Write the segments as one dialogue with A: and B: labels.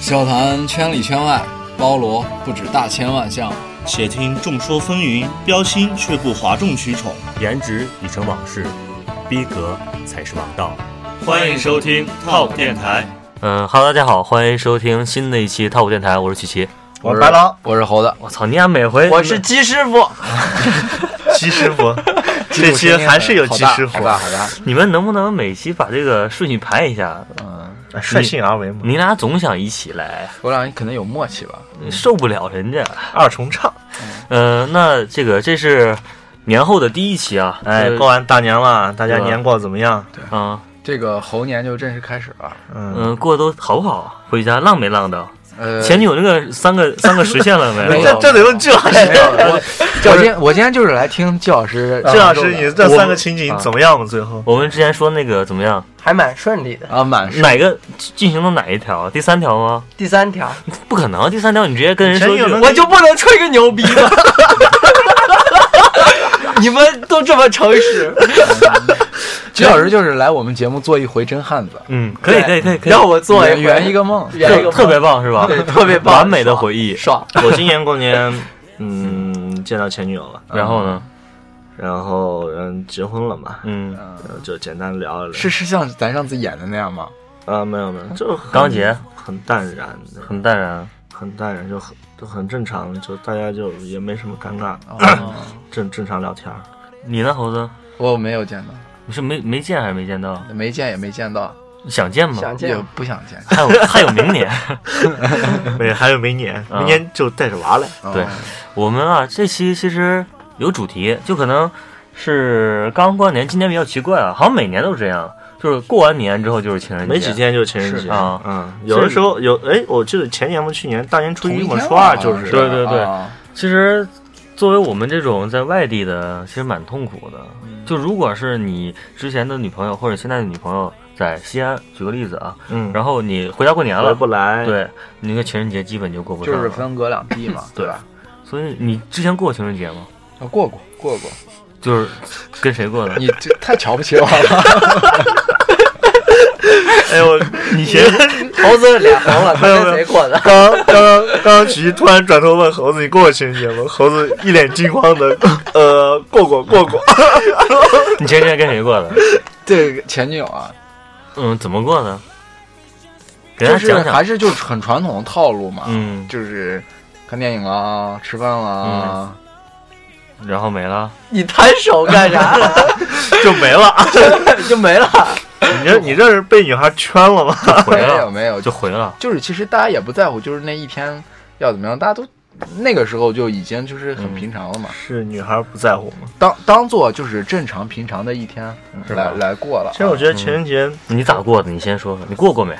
A: 笑谈圈里圈外，包罗不止大千万项。
B: 且听众说纷纭，标新却不哗众取宠。
C: 颜值已成往事，逼格才是王道。
D: 欢迎收听 Top 电台。
C: 嗯哈喽，大家好，欢迎收听新的一期 Top 电台，我是曲奇。
B: 我是白狼，
A: 我是猴子，
C: 我操，你俩每回
E: 我是鸡师傅，
B: 鸡师傅， 这期还是有鸡师傅
A: 好。大好大，
C: 你们能不能每期把这个顺序排一下？
B: 哎率性而为嘛，
C: 你俩总想一起来，
A: 我俩可能有默契吧。
C: 受不了人家。
B: 二重唱。
C: 嗯，那这个这是年后的第一期啊，
B: 哎，
C: 呃
B: 过完大年了，大家
C: 对吧
B: 年过得怎么样？
C: 啊，
A: 这个猴年就正式开始了。
B: 嗯，
C: 嗯，过得都好不好？回家浪没浪到？
A: 呃，
C: 前女友那个三个三个实现了没？
A: 没有
B: 哎这这得用这
A: 没有 我我今天我今天就是来听季老师，
B: 这老师，你这
C: 我
B: 三个情景怎么样嘛？最后
C: 我们之前说那个怎么样？
E: 还蛮顺利的。
A: 啊满是
C: 哪个进行到哪一条？第三条吗？
E: 第三条，
C: 不可能，第三条你直接跟人说
B: 前女友
C: 就
B: 能
E: 我就不能吹个牛逼吗？你们都这么诚实，
A: 季老师就是来我们节目做一回真汉子，
C: 嗯，可以可以
E: 对
C: 可以可以，
E: 让我做
A: 圆
E: 一
A: 圆一
E: 个
A: 个梦。
E: 圆一个
C: 特别棒是吧？
E: 对特别棒
C: 完美的回忆。
E: 爽，
B: 我今年过年，嗯，见到前女友了，
C: 然后呢？
B: 然后嗯，结婚了嘛，
C: 嗯，
A: 嗯
B: 呃就简单聊一聊。
A: 是是像咱上次演的那样吗？
B: 啊，没有没有，就很
C: 刚结，
B: 很淡然的，很
C: 很淡然。
B: 很淡然，就很就很正常，就大家就也没什么尴尬，
A: 哦
B: 正正常聊天儿。
C: 你呢，猴子？
A: 我没有见到，
C: 你是没没见还是没见到？
A: 没见也没见到，
C: 想见吗？
E: 想
A: 也
E: 见
A: 不想见。
C: 还有还有明年，
B: 对，还有明年，
C: 啊
B: 明年就带着娃来。
C: 对
A: 哦
C: 我们啊，这期其实有主题，就可能是刚过完年，今年比较奇怪啊，好像每年都这样，就是过完年之后就是情人节，
B: 没几天就情人
A: 是
B: 节
C: 啊
B: 嗯，有的时候有，哎，我记得前年嘛，去年大年初
A: 同
B: 一啊
A: 一
B: 嘛，
A: 天
B: 初二
A: 吧
B: 就是
C: 对对对
A: 啊
C: 其实，作为我们这种在外地的，其实蛮痛苦的。就如果是你之前的女朋友或者现在的女朋友在西安，举个例子啊，
B: 嗯，
C: 然后你回家过年
B: 回
C: 了，
B: 不来，，
C: 对，你那个情人节基本就过不上
A: 就是
C: 了。
A: 分隔两地嘛，
C: 对
A: 吧？
C: 所以你之前过情人节吗？
A: 啊，过过过过，
C: 就是跟谁过的？
A: 你这太瞧不起我了。
B: 哎我， 你先，
E: 猴子脸红了，他跟谁 过的？
B: 刚刚刚刚刚曲奇突然转头问猴子：“你过过情人节吗？”猴子一脸惊慌的，呃，过过过过，
C: 你前天跟谁过的？
A: 这个前女友啊，
C: 嗯，怎么过的？给大
A: 就
C: 家
A: 是
C: 讲讲。
A: 还是就是很传统的套路嘛，
C: 嗯，
A: 就是看电影啦，吃饭啊啦，
C: 然后没了。
E: 你摊手干啥？
B: 就没了。
E: 就没了。
B: 你这你这是被女孩圈了吗？
C: 回
A: 没有
C: 了
A: 没有，
C: 就
A: 就
C: 回了。
A: 就是其实大家也不在乎，就是那一天要怎么样，大家都。那个时候就已经就是很平常了嘛，
B: 是女孩不在乎吗？
A: 当当做就是正常平常的一天
C: 是吧
A: 来来过了。
B: 其实我觉得情人节
C: 你咋过的？你先说说，你过过没？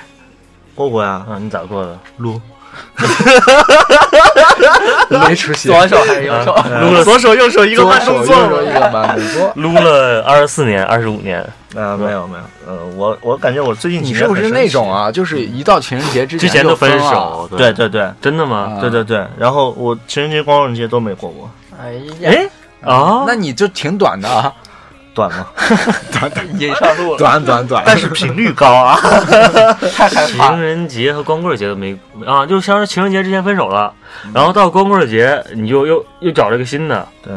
B: 过过呀，
C: 啊，你咋过的？
B: 撸
A: 得 没出息，
E: 左手还是右手？
B: 撸呃了，左手右手一个
A: 左
B: 慢
A: 手右
B: 动作嘛。
A: 手一个慢动作。
C: 撸了二十四年、二十五年，
B: 啊，没有没有，呃，我我感觉我最近
A: 你
B: 几年
A: 是不是
B: 很
A: 那
B: 神奇
A: 种？
E: 嗯
A: 啊？就是一到情人节之
C: 之前
A: 就
C: 就分
A: 了
C: 手，
B: 对，对对
C: 真的吗？
A: 啊
B: 对对对，然后我情人节、光棍节都没过过，
E: 哎呀，
C: 哎啊，
A: 嗯那你就挺短的啊，
B: 短吗？
E: 引上路了，
A: 短短短
B: 但是频率高啊。
E: 太 害怕
C: 情
E: 了。
C: 人节和光棍节都没啊，就是相当于情人节之前分手了，
B: 嗯
C: 然后到光棍节你就又又找了个新的，
B: 对，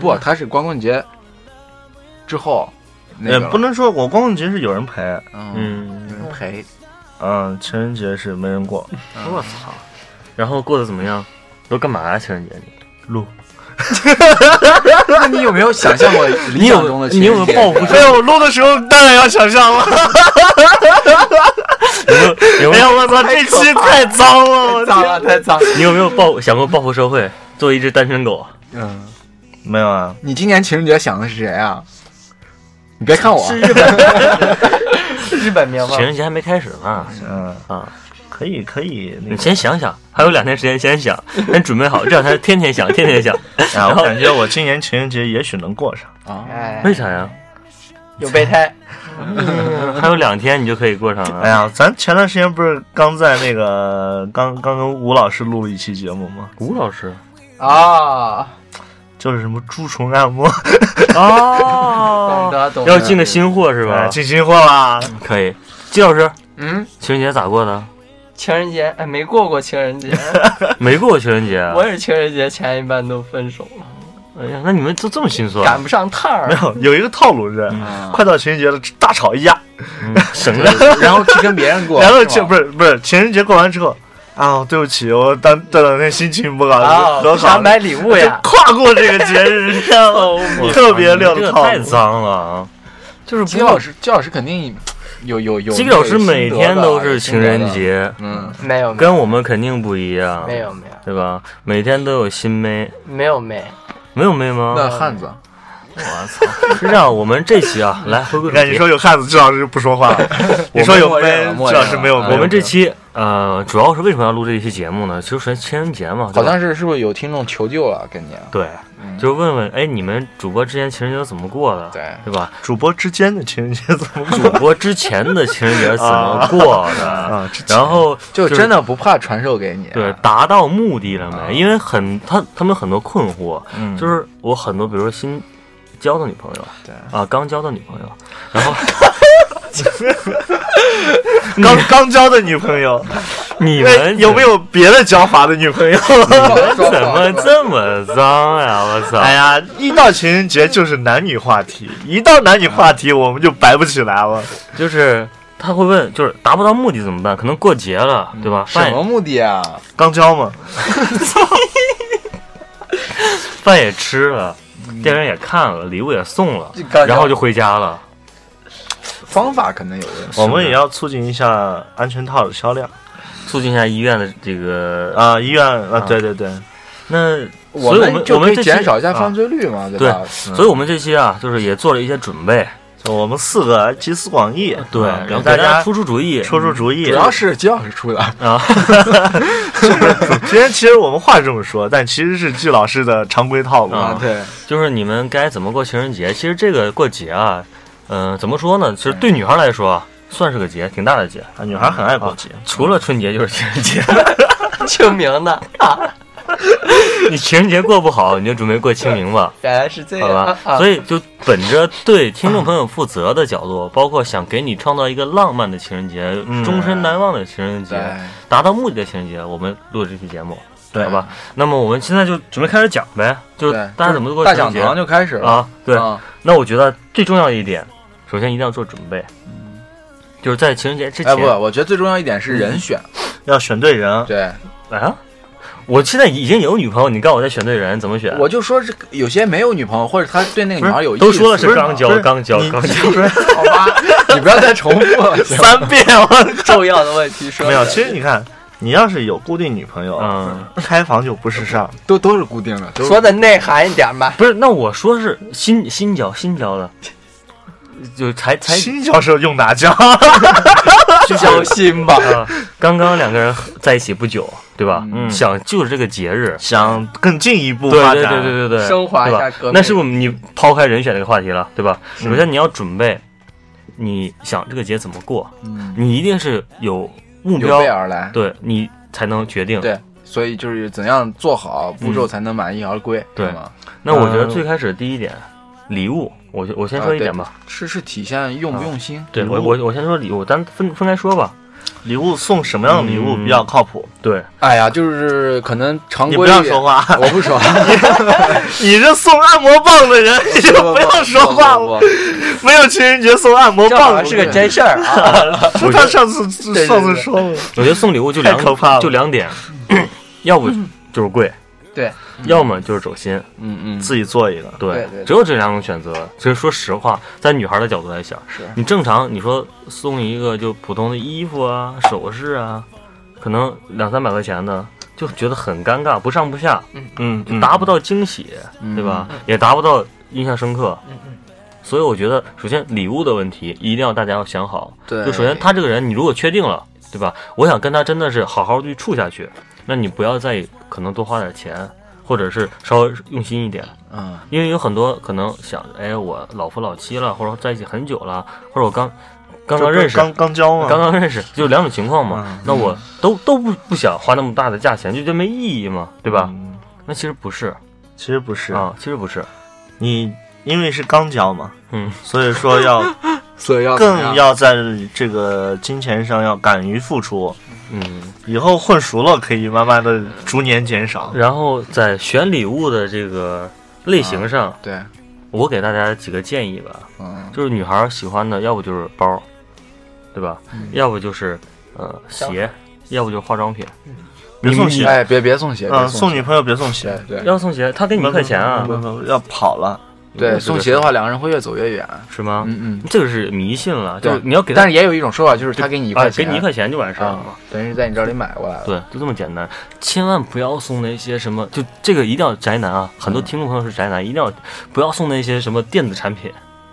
A: 不，他是光棍节之后那
B: 也
A: 个了
B: 不能说我光棍节是有人陪，
A: 嗯
C: 呃嗯，
A: 有人陪，
B: 嗯，情人节是没人过。
C: 我操，然后过得怎么样？都干嘛呀？情人节你
B: 撸，
A: 那你有没有想 象过理想中的情
C: 你有没
A: 人
C: 有
A: 节？
C: 报复
B: 没有撸的时候当然要想象了。
C: 你有
B: 哎
C: 没
B: 呀，
C: 有
B: 我操，这期太脏了，我
E: 脏了，太脏了。
C: 你有没有报想过报复社会？做一只单身狗，
A: 嗯，
B: 没有啊，
A: 你今年情人节想的是谁啊？你别看我，啊
E: 是日本名，日本名吗
C: 情？人节还没开始呢
B: 嗯，
C: 啊！
B: 可以可以，那个
C: 你先想想，还有两天时间先想，先准备好，这样才天天想，天天想。
B: 啊，我感觉我今年情人节也许能过上。
A: 啊，
E: 哎
C: 为，啥呀？
E: 有备胎，
C: 还有两天你就可以过上了。
B: 哎呀，咱前段时间不是刚在那个刚刚跟吴老师录了一期节目吗？
C: 吴老师
E: 啊，
B: 就是什么蛀虫按摩，
E: 懂
C: 哦，
E: 得懂 得。
C: 要进个新货是吧
B: 哎哎？进新货啦。
C: 可以，季老师
E: 嗯，
C: 情人节咋过的？
E: 情人节，哎，没过过情人节，
C: 没过情人节啊？
E: 我也是情人节前一半都分手了，
C: 哎呀，那你们都这么心酸啊
E: 赶，不上趟儿
B: 没。有有一个套路是，
A: 嗯
B: 快到情人节了，大吵一架，
C: 嗯省略。
A: 然后去跟别人 过，
B: 然后
A: 是
B: 情
A: 吧
B: 不是不是情人节过完之后，啊，对不起，我当这两天心情不好，
E: 啊，
B: 多
E: 不
B: 好
E: 想，买礼物
B: 就
E: 呀。
B: 跨过这个节日， 然后
C: 我
B: 特别
C: 你们
B: 溜
C: 这
B: 的
C: 个
B: 套
C: 太
B: 路。
C: 脏了啊！
A: 就是基老师，基老师肯定有有有。
C: 基老师每天
A: 啊
C: 都是情人，节，
A: 嗯，
E: 没有没有
C: 跟我们肯定不一样，
E: 没有没有
C: 对吧？每天都有新妹，
E: 没有 没，
C: 没有妹
A: 那
C: 吗？
A: 汉子，
C: 是这样，我们这期啊，来回归
B: 你
C: 主
B: 看，你
C: 题。
B: 说有汉子，至少是不说 话了；你说有
A: 默认了
B: 闷，
A: 默
B: 至
A: 认
B: 少
A: 了
B: 是没有
A: 啊
B: 闷。
C: 我们这期呃，主要是为什么要录这一期节目呢？其实是情人节嘛，对
A: 好
C: 吧
A: 像是是不是有听众求救了？跟你，啊
C: 对，就是问问，哎，你们主播之间情人节都怎么过的？
A: 对
C: 对吧？
B: 主播之间的情人节 怎么
C: 主播之前的情人节怎么过的？
B: 啊？这
C: 然后
A: 就是真的不怕传授给你。啊
C: 对，达到目的了没？因为很他他们很多困惑，
A: 嗯，
C: 就是是我很多，比如说新交的女朋友，
A: 对
C: 啊，刚交的女 朋友，然后
B: 刚刚交的女朋友，
C: 你
B: 你们
C: 们
B: 有没有别的交法的女朋友？
C: 怎么
A: 啊
C: 这么脏呀？我操！
B: 哎呀，一到情人节就是男女话题，一到男女话题我们就白不起来了。
C: 就是他会问，就是达不到目的怎么办？可能过节了，对吧？
A: 什
C: 饭
A: 么
C: 也
A: 目的啊？
B: 刚交嘛，
C: 饭也吃了，
A: 嗯
C: 电影也看了，礼物也送了
E: 这刚，
C: 然后就回家了。
A: 方法可能有的。
B: 我们也要促进一下安全套的销量
C: 促进一下医院的这个
B: 啊、医院啊，对对对，
C: 那
A: 我
C: 所以我们
A: 就
C: 我
A: 可
C: 们
A: 以
C: 这期
A: 减少一下犯
C: 啊
A: 罪率嘛，
C: 对
A: 吧？嗯
C: 所以我们这期啊，就是也做了一些准备，
B: 就我们四个集思广益，
C: 对，
B: 啊
C: 然
B: 给
C: 后给
B: 大
C: 大家
B: 家
C: 出出主意，
B: 出出主意
A: 主。要是金老师出的，
C: 啊，
B: 今天其实我们话是这么说，但其实是季老师的常规套路。
C: 啊
A: 对，
C: 就是你们该怎么过情人节。其实这个过节啊，嗯、怎么说呢？其实对女孩来说啊，算是个节，挺大的节，
B: 啊女孩很爱过节，
C: 除了春节就是情人节。
E: 清明呢？
C: 你情人节过不好，你就准备过清明吧。
E: 原来是这
C: 好
E: 样
C: 吧，
E: 啊！
C: 所以就本着对听众朋友负责的角度，包括想给你创造一个浪漫的情人节、终身难忘的情人节、
A: 对
C: 达到目的的情人节，我们录这期节目，
B: 对
C: 好吧？那么我们现在就准备开始讲呗，就是
A: 对，
C: 大家怎么过
A: 大
C: 情
A: 讲
C: 人节
A: 堂就开始了。
C: 啊？对，
A: 啊
C: 那我觉得最重要的一点，首先一定要做准备，就是在情人节之前嗯
A: 哎不，，我觉得最重要一点是人选，
B: 要选对人。
A: 对，
C: 啊，我现在已经有女朋友，你告诉我再选对人怎么选？
A: 我就说是有些没有女朋友，或者他对那个
C: 不
A: 女孩有
C: 是
A: 意思，
C: 都说了
A: 不
C: 是刚
B: 不
C: 交，
B: 是
C: 刚交，
B: 你
C: 刚交，
A: 好吧？你不要再重复了， 行吗
B: 三遍，我
E: 重要的问题说
B: 没有。其实你看，你要是有固定女朋友，
C: 嗯。
B: 开房就不是事儿。
A: 都都是固定的，都是
E: 说的内涵一点吧。
C: 不是，那我说是新新交新交的，就才才
B: 新教授用哪教？
E: 交心吧，
C: 啊，刚刚两个人在一起不久，对吧？
A: 嗯
C: 想就是这个节日，
B: 想嗯更进一步
C: 对
B: 发
C: 对
B: 展，
C: 对对对对，
E: 升华一下
C: 对吧
E: 革命
C: 那是我们你抛开人选这个话题了，对吧？首先你要准备，你想这个节怎么过，
A: 嗯
C: 你一定是有目
A: 有
C: 标
A: 备，而来，
C: 对你才能决定。
A: 对，所以就是怎样做好步骤才能满意而归，
C: 对
A: 是吗？
C: 那我觉得最开始第一点，礼物，我就我先说一点吧。
A: 是是体现用不用心，
C: 对
B: 礼
C: 我
B: 物
C: 我我先说礼物，咱分分开说吧。
B: 礼物送什么样的礼物比较靠谱？
C: 对，
A: 哎呀，就是可能常
B: 你
A: 规
B: 不
A: 一
B: 要
A: 点
B: 说话，
A: 我不 说，
B: 你这送按摩棒的人，你就不要说话了。
A: 我
B: 没有情人节送按摩
E: 这好
B: 棒
E: 像是个真事儿啊！
B: 是他上次上次说了，
C: 我觉得送礼物就两
B: 太可怕了
C: 就两点， 要不就是贵，
E: 对，
C: 要么就是走心，
A: 嗯嗯，
B: 自己做一个。
C: 对
E: 对对对
C: 只有这两种选择。其实说实话，在女孩的角度来想，
A: 是
C: 你正常你说送一个就普通的衣服啊、首饰啊，可能两三百块钱的，就觉得很尴尬，不上不下，
B: 嗯，嗯
C: 达不到惊喜，
A: 嗯
C: 对吧？也达不到印象深刻。所以我觉得，首先礼物的问题一定要大家要想好。
A: 对
C: 就首先他这个人，你如果确定了，对吧？我想跟他真的是好好去处下去，那你不要再可能多花点钱，或者是稍微用心一点，
A: 嗯
C: 因为有很多可能想，哎，我老夫老妻了，或者在一起很久了，或者我刚刚刚认识，
B: 刚嗯刚交嘛，
C: 刚刚认识，就两种情况嘛。那我都都不不想花那么大的价钱，就觉得没意义嘛，对吧？
B: 嗯
C: 那其实不是
B: 其实不是，
C: 啊，其实不是，
B: 你因为是刚交嘛，
C: 嗯，
B: 所以 说要
A: 所以要怎么
B: 更
A: 样
B: 要在这个金钱上要敢于付出，
C: 嗯，
B: 以后混熟了可以慢慢的逐年减少。
C: 然后在选礼物的这个类型上，
B: 啊
A: 对，
C: 我给大家几个建议吧，
A: 嗯，
C: 就是女孩儿喜欢的，要不就是包，对吧？
A: 嗯
C: 要不就是呃鞋，要不就是化妆品。
B: 别送鞋，
A: 哎，别别送鞋，
B: 嗯，
A: 别
B: 送女
A: 鞋，
B: 朋友别送鞋，
A: 对嗯对
C: 要送鞋，他给你一块钱啊
B: 不，不不，要跑了。
A: 对，送鞋的
C: 话
A: 话，两个人会越走越远。
C: 是吗？
A: 嗯嗯，
C: 这个是迷信了，就
A: 对
C: 是你要给他
A: 但是也有一种说法，就是他给你一
C: 啊，
A: 块
C: 给
A: 钱，
C: 你一块钱就完事儿了嘛
A: 啊。，等于是在你这里买过来了。
C: 对，就这么简单，千万不要送那些什么，就这个一定要宅男啊！很多听众朋友是宅男，一定要不要送那些什么电子产品，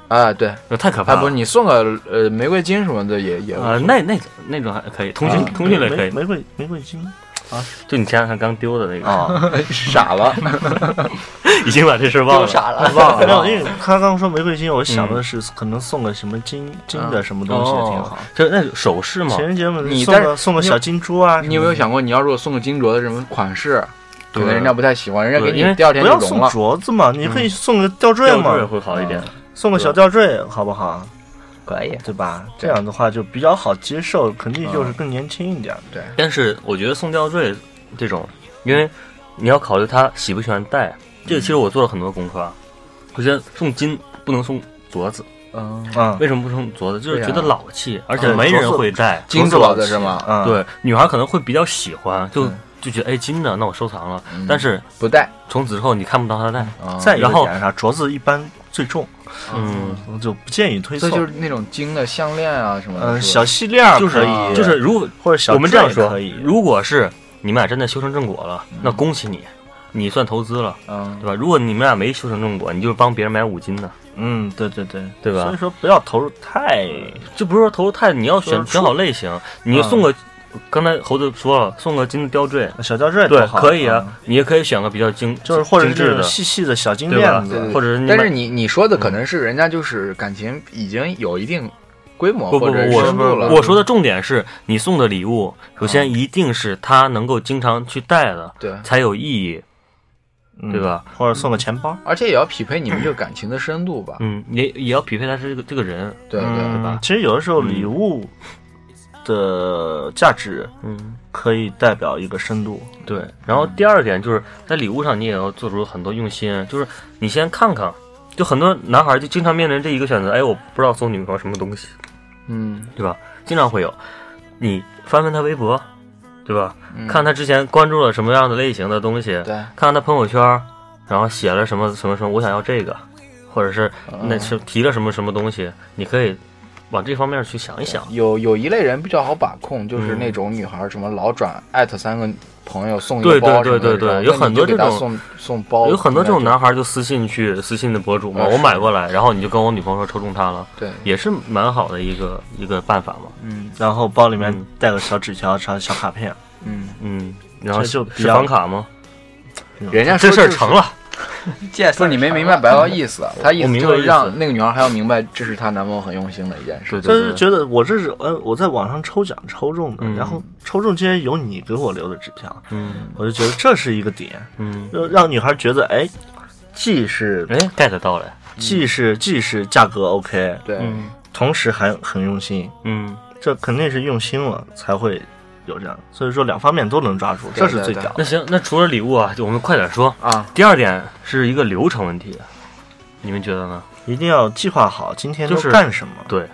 A: 啊，对，
C: 那太可怕
A: 啊，不是
C: 了。
A: 你送个呃玫瑰金什么的也也无所
C: 啊，
A: 谓
C: 那那那种还可以，通讯
A: 啊
C: 通讯类可
B: 玫
C: 以，
B: 玫瑰玫瑰金
C: 就你前两天刚丢的那个，
B: 啊，
A: 傻了，
C: 已经把这事儿忘
E: 丢
C: 了。
E: 傻了，
A: 忘
B: 没
C: 哦
B: 有，
A: 了
B: 因为他刚说玫瑰金，我想
C: 嗯
B: 的是可能送个什么金金的什么东西挺好
C: 哦。，就是那种首饰嘛
B: 情，人节嘛，
A: 你
B: 送
A: 但
B: 个
A: 是
B: 送个
A: 你
B: 小金珠啊，
A: 你有没有？想过，你要如果送个金镯子什么款式，可
C: 对
A: 能人家不太喜欢，人家给
C: 对因为
A: 你第二天
B: 不
A: 就
B: 要
A: 融
B: 送
A: 了。
B: 镯子嘛，你可以送个吊坠
C: 嗯吊坠
B: 嘛，
C: 会好一点。
B: 送个小吊坠好不好？
E: 可以。
B: 对吧？这
A: 对
B: 样的话就比较好接受，肯
C: 嗯
B: 定就是更年轻一点。
C: 但是我觉得送吊坠这种，因为你要考虑他喜不喜欢戴，这个其实我做了很多功课啊。我觉得送金不能送镯子，
A: 嗯，
B: 嗯
C: 为什么不送镯子？就是
A: 对啊
C: 觉得老气，而且
B: 对
C: 没人
B: 镯子
C: 会戴。
A: 金镯子是吗？
B: 嗯，，
C: 对，女孩可能会比较喜欢，就
A: 对
C: 就觉得哎金的，那我收藏了。
A: 嗯
C: 但是
A: 不戴。
C: 从此之后你看不到她戴，
A: 啊
B: 再一个
C: 然后
B: 点啥，镯子一般最重，
C: 嗯，
B: 我就不建议推
A: 所
B: 送
A: 以。就是那种金的项链啊什么的。
C: 呃
B: 嗯，
A: 是吧
B: 小系链儿
C: 就是啊
B: 可以，
C: 就是如果
B: 或者小
C: 我们这样
B: 坠
C: 说
B: 可以，，
C: 如果是你们俩真的修成正果了，那恭喜你，你算投资了，
A: 嗯
C: 对吧？如果你们俩没修成正果，你就是帮别人买五金的，
B: 嗯，对对对，
C: 对吧
B: 所以说不要投入太
C: 就不是说投入太，你要
B: 就是
C: 选
B: 出嗯
C: 选好类型，你送个。刚才猴子说了，送个金的吊坠，
B: 小吊坠，
C: 对，可以啊，，你也可以选个比较精，
B: 嗯就是或者是
C: 精致
B: 这
C: 的
B: 种，细细的小金
C: 对吧
B: 链
A: 对对
B: 子，
A: 对
C: 或者是你嗯
A: 但
C: 买
A: 是你你说的可能是人家就是感情已经有一定规模
C: 不不
A: 或
C: 不
A: 者，
C: 我
A: 深度了。
C: 我说的重点是你送的礼物，首
B: 嗯
C: 先一定是他能够经常去带的，
A: 对，
C: 才有意义，
B: 嗯
C: 对吧？
B: 或者送个钱包，
A: 而且也要匹配你们这个感情的深度吧。
C: 嗯，也也要匹配他是这个这个人，
A: 对对
B: 嗯
C: 吧
B: 其实有的时候礼物的价值
C: 嗯，
B: 可以代表一个深度，
C: 对。
B: 嗯
C: 然后第二点就是在礼物上你也要做出很多用心，就是你先看看，就很多男孩就经常面临这一个选择，哎，我不知道送女朋友什么东西，
A: 嗯
C: 对吧？经常会有，你翻翻他微博，对吧？
A: 嗯，
C: 看他之前关注了什么样的类型的东西，
A: 对，
C: 看看他朋友圈，然后写了什么什么什么，我想要这个，或者是那
A: 嗯
C: 是提了什么什么东西，你可以往这方面去想一想。
A: 有有一类人比较好把控，就是
C: 嗯
A: 那种女孩儿什么老转艾特三个朋友送一
C: 对
A: 个包
C: 对
A: 什么
C: 对
A: 的
C: 对
A: 这种
C: 对有
A: 那
C: 很
A: 你
C: 多
A: 就给
C: 这
A: 他
C: 种
A: 送送包，
C: 有很多这种
A: 那就
C: 男孩就私信去私信的博主嘛，
A: 啊
C: 我
A: 是
C: 买过来，然后你就跟我女朋友说抽中它了，
A: 对，
C: 也是蛮好的一个一个办法嘛。
A: 嗯
B: 然后包里面
C: 嗯
B: 带个小纸条、小小卡片，
A: 嗯，
C: 嗯，然后
B: 这就是比
C: 是
B: 较
C: 房卡吗？
A: 人家
C: 这
A: 说
C: 事儿
A: 就是
C: 成，了，
E: 见
A: 不是你没明白白奥意 思，他意
C: 我
A: 思
C: 明白
A: 就是
C: 意思
A: 让那个女孩儿还要明白这是她男朋友很用心的一件事
C: 对。
B: 但
C: 对
B: 是
C: 对。
B: 觉得我这是呃我在网上抽奖抽中的，
C: 嗯
B: 然后抽中竟然有你给我留的纸条，
C: 嗯
B: 我就觉得这是一个点，
C: 嗯，
B: 就让女孩觉得哎，既是
C: 哎，get 到了，
B: 既是既是价格 OK，
A: 对，
C: 嗯
B: 同时还很用心，
C: 嗯，
B: 这肯定是用心了才会有这样，所以说两方面都能抓住，
A: 对
B: 这是最屌的。
C: 那行，那除了礼物啊，就我们快点说，
A: 啊，
C: 第二点是一个流程问题，啊你们觉得呢？
B: 一定要计划好今天都
C: 就是
B: 干什么。
C: 对，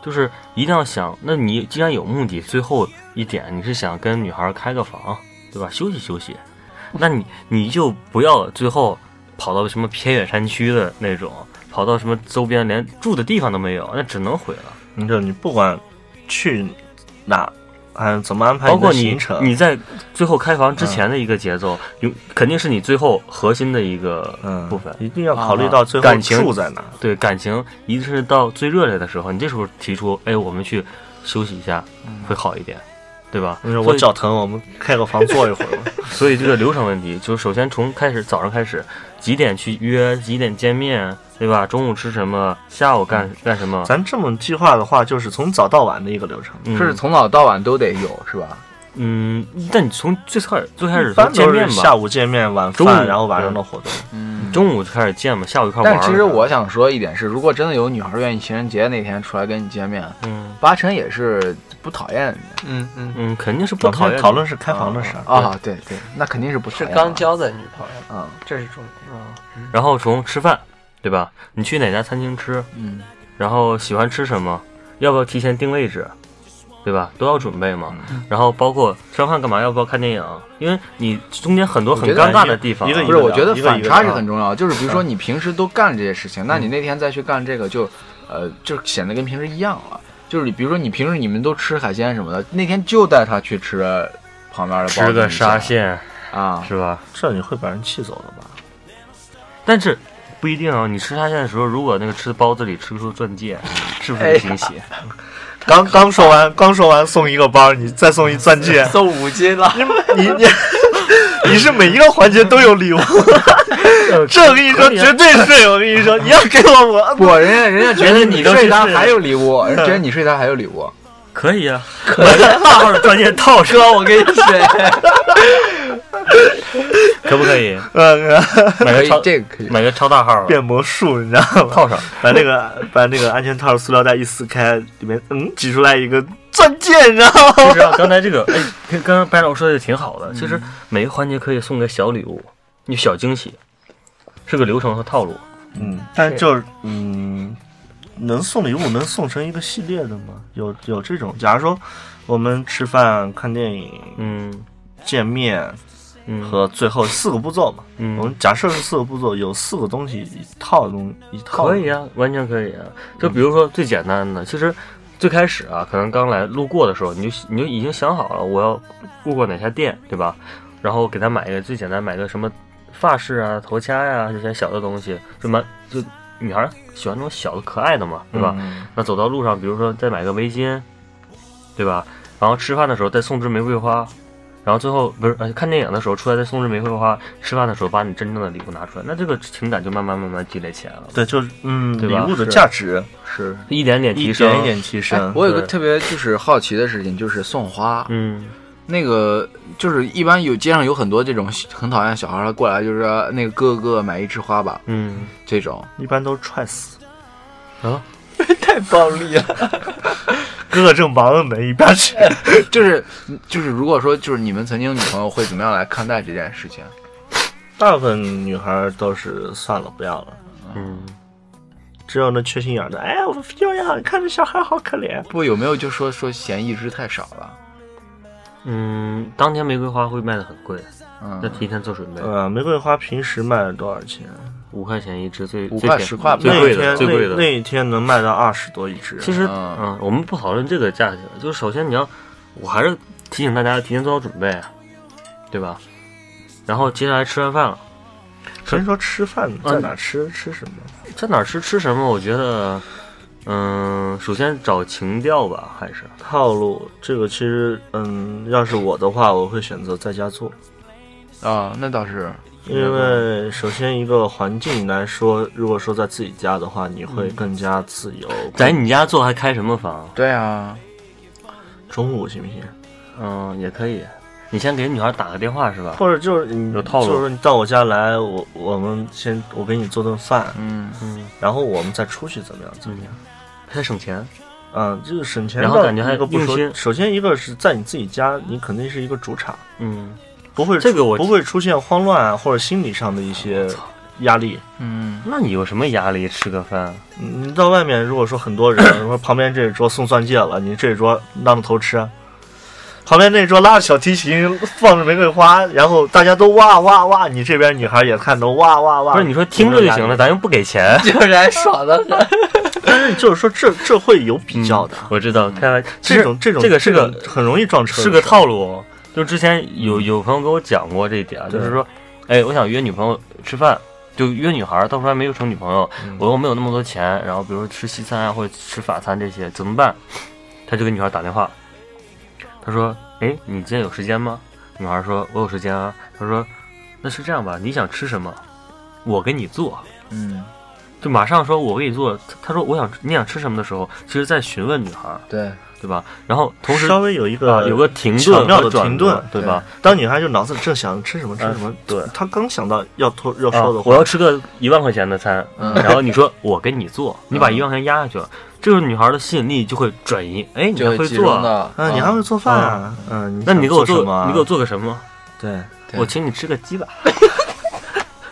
C: 就是一定要想，那你既然有目的，最后一点你是想跟女孩开个房，对吧？休息休息，那你你就不要最后跑到什么偏远山区的那种，跑到什么周边连住的地方都没有，那只能毁了。
B: 你就你不管去哪，哎，怎么安排
C: 包括
B: 的
C: 你
B: 行程，嗯
C: 你在最后开房之前的一个节奏，有肯定是你最后核心的一个
B: 嗯
C: 部分。啊
B: 一定要考虑到最后
C: 感情
B: 住在哪。
C: 对感情，一定是到最热烈的时候，你这时候提出，哎，我们去休息一下，会好一点，对吧？
B: 你说
C: 所
B: 嗯我
C: 以
B: 脚疼，我们开个房坐一会儿 吧。
C: 所以这个流程问题， 就是首先从开始早上开始，几点去约，几点见面，对吧？中午吃什么，下午
B: 嗯
C: 干干什么？
B: 咱这么计划的话，就是从早到晚的一个流程。
C: 嗯
A: 是从早到晚都得有是吧？
C: 嗯，但你从最开始最开始
B: 一般
C: 从见
B: 都是
C: 面吧
B: 下，午见面，晚
C: 中午
B: 饭，然后晚上的活动。
A: 嗯
C: 中午就开始见嘛，下午一块玩儿
A: 但
C: 了。
A: 其实我想说一点是，如果真的有女孩儿愿意情人节那天出来跟你见面，
C: 嗯，
A: 八成也是不讨厌你
E: 嗯嗯，
C: 嗯，肯定是不
B: 我
C: 讨
B: 们
C: 厌
B: 讨论是开房的事儿，
A: 啊，对对，那肯定是不讨
E: 是
A: 厌啊
E: 刚交的女朋友，
A: 啊，
E: 这是重点啊。，
C: 你。然后从吃饭，对吧？你去哪家餐厅吃？
A: 嗯，
C: 然后喜欢吃什么？要不要提前定位置？对吧？都要准备嘛。
A: 嗯
C: 然后包括吃完饭干嘛？要不要看电影？因为你中间很多很
A: 我觉得
C: 尴尬的地方啊，
B: 一个一
A: 不
B: 个
A: 是，我觉得
B: 一个一
A: 反
B: 个
A: 差
B: 的
A: 是
B: 啊
A: 很重要，就是比如说你平时都干这些事情，那你那天再去干这个就，呃，就显得跟平时一样了。就是你比如说你平时你们都吃海鲜什么的，那天就带他去吃旁边的
C: 吃个沙
A: 蟹
C: 县
A: 啊，
C: 是吧？
B: 这你会把人气走的吧？
C: 但是不一定啊。你吃沙县的时候，如果那个吃包子里吃出钻戒，是不
A: 哎
C: 是很惊喜？
B: 刚刚说完，刚说完送一个包，你再送一钻戒
E: 送五斤了，
B: 你你 你是每一个环节都有 礼物，这我跟你说
C: 可以啊
B: 绝对是，我跟你说，你要给我 我
A: 不，人家人家觉得你
C: 都
A: 睡
C: 是
A: 他还有礼物，人家觉得你睡他还有礼物，
C: 可以啊，可以，把钻戒套上，
E: 哥，我跟你说，
C: 可不可以？
B: 呃
C: 买
A: 可
C: 个
A: 以
C: 超，
A: 这个可以。
C: 买个超大号 的
B: 变魔术，你知道吗？
C: 套上，
B: 把那个把那个安全套塑料袋一撕开，里面嗯挤出来一个钻戒，你知道吗？
C: 其 实啊，刚才这个，哎，跟刚刚班长说的也挺好
B: 嗯
C: 的。其实每个环节可以送个小礼物，你小惊喜，是个流程和套路。
B: 嗯，但是就是嗯，能送礼物能送成一个系列的吗？有有这种，假如说我们吃饭、看电影、
C: 嗯
B: 见面
C: 嗯
B: 和最后四个步骤嘛，我
C: 嗯
B: 们，假设是四个步骤，有四个东西一套东一套，嗯
C: 可以啊，完全可以啊。就比如说最简单的，其实最开始啊，可能刚来路过的时候，你就你就已经想好了我要路过哪家店，对吧？然后给他买一个最简单，买个什么发饰啊、头掐呀、这些小的东西，就蛮就女孩喜欢那种小的可爱的嘛，对吧？
B: 嗯
C: 那走到路上，比如说再买个围巾，对吧？然后吃饭的时候再送支玫瑰花，然后最后不是呃看电影的时候出来再送支玫瑰花，吃饭的时候把你真正的礼物拿出来，那这个情感就慢慢慢慢积累起来了，
B: 对，就是嗯，
C: 对
B: 礼
C: 吧
B: 物的
C: 是
B: 价值
A: 是，
C: 一点点
B: 一
C: 提升，
B: 点一点提
A: 哎
B: 升。
A: 我有个
C: 对
A: 特别就是好奇的事情，就是送花，
C: 嗯，
A: 那个就是一般有街上有很多这种很讨厌的小孩儿，他过来就是说那个哥哥买一枝花吧，
C: 嗯
A: 这种
B: 一般都踹死。
C: 啊，
E: 太暴力 了。
B: 哥哥正忙着呢，一边去。
A: 就是就是如果说就是你们曾经女朋友会怎么样来看待这件事情？
B: 大部分女孩都是算了，不要了。
C: 嗯，
B: 只有那缺心眼儿的，哎呀，我不要呀！你看这小孩好可怜。
A: 不有没有就说说嫌一枝太少了？
C: 嗯，当天玫瑰花会卖的很贵，要
A: 嗯，
C: 提前做准备，
B: 呃，玫瑰花平时卖多少钱？
C: 五块钱一支最
A: 五
C: 最
A: 块
C: 便
A: 10块吧
C: 最
B: 那
C: 贵
B: 一天
C: 的最贵的
B: 那，那一天能卖到二十多一只。
C: 其实，
A: 嗯
C: 嗯，我们不讨论这个价钱，就是首先你要，我还是提醒大家提前做好准备，对吧？然后接下来吃完饭了，
B: 谁说吃饭在
C: 嗯
B: 哪吃、吃什么？
C: 在哪儿吃吃什么？我觉得，嗯，首先找情调吧，还是
B: 套路这个其实，嗯，要是我的话，我会选择在家做，
A: 啊，那倒是，
B: 因为首先一个环境来说，如果说在自己家的话，你会更加自由。
C: 在你家做还开什么房？
A: 对啊，
B: 中午行不行？
C: 嗯，也可以。你先给女孩打个电话是吧？
B: 或者就是你，
C: 有套路
B: 就是说你到我家来，我我们先我给你做顿饭，
A: 嗯，
C: 嗯
B: 然后我们再出去怎么样？怎么样？
C: 还省钱。
B: 嗯，这个省钱
C: 然后
B: 倒
C: 感觉还
B: 一个不
C: 用
B: 说，
C: 心
B: 首先一个是在你自己家，你肯定是一个主场，
C: 嗯，
B: 不会
C: 这个我
B: 不会出现慌乱啊，或者心理上的一些压力。
A: 嗯，
C: 那你有什么压力？吃个饭，
B: 嗯你到外面，如果说很多人， 说旁边这一桌送钻戒了，你这一桌浪着头吃啊。旁边那桌拉着小提琴，放着玫瑰花，然后大家都哇哇哇，你这边女孩也看着哇哇哇。
C: 不是你说听着就行
B: 啊
C: 了，咱又不给钱。嗯
E: 就是还爽的很，
B: 但是就是说这这会有比较的，
C: 我知道，开玩笑。
B: 这
C: 其实
B: 种这种
C: 这个嗯是个
B: 种很容易撞车的事，
C: 是个套路。就之前有有朋友跟我讲过这一点啊，
B: 嗯对
C: 就是说，哎，我想约女朋友吃饭，就约女孩儿，到时候还没有成女朋友，
B: 嗯
C: 我又没有那么多钱，然后比如说吃西餐啊或者吃法餐这些怎么办？他就给女孩打电话，他说，哎，你今天有时间吗？女孩说，我有时间啊。他说，那是这样吧，你想吃什么，我给你做。
A: 嗯，
C: 就马上说，我给你做。他说，我想你想吃什么的时候，其实在询问女孩儿，
A: 对，
C: 对吧？然后同时
B: 稍微有一个、
C: 啊，有个停顿
B: 巧妙的
C: 和转
B: 停顿
C: 折对吧？
B: 当女孩就脑子里正想吃什么吃什么，
C: 啊对
B: 她刚想到要托要
C: 啊
B: 说的，话，
C: 我要吃个一万块钱的餐，
A: 嗯
C: 然后你说我给你做，你把一万块钱压下去了，这个女孩的吸引力就会转移。哎，你
A: 就
C: 还会
A: 集
C: 做
A: 中
C: 啊？
A: 的，
B: 嗯，你还会做饭啊？嗯，
C: 那你给我
B: 想什
C: 做
B: 么啊？
C: 你给我做个什么？
B: 对，
A: 对
C: 我请你吃个鸡吧。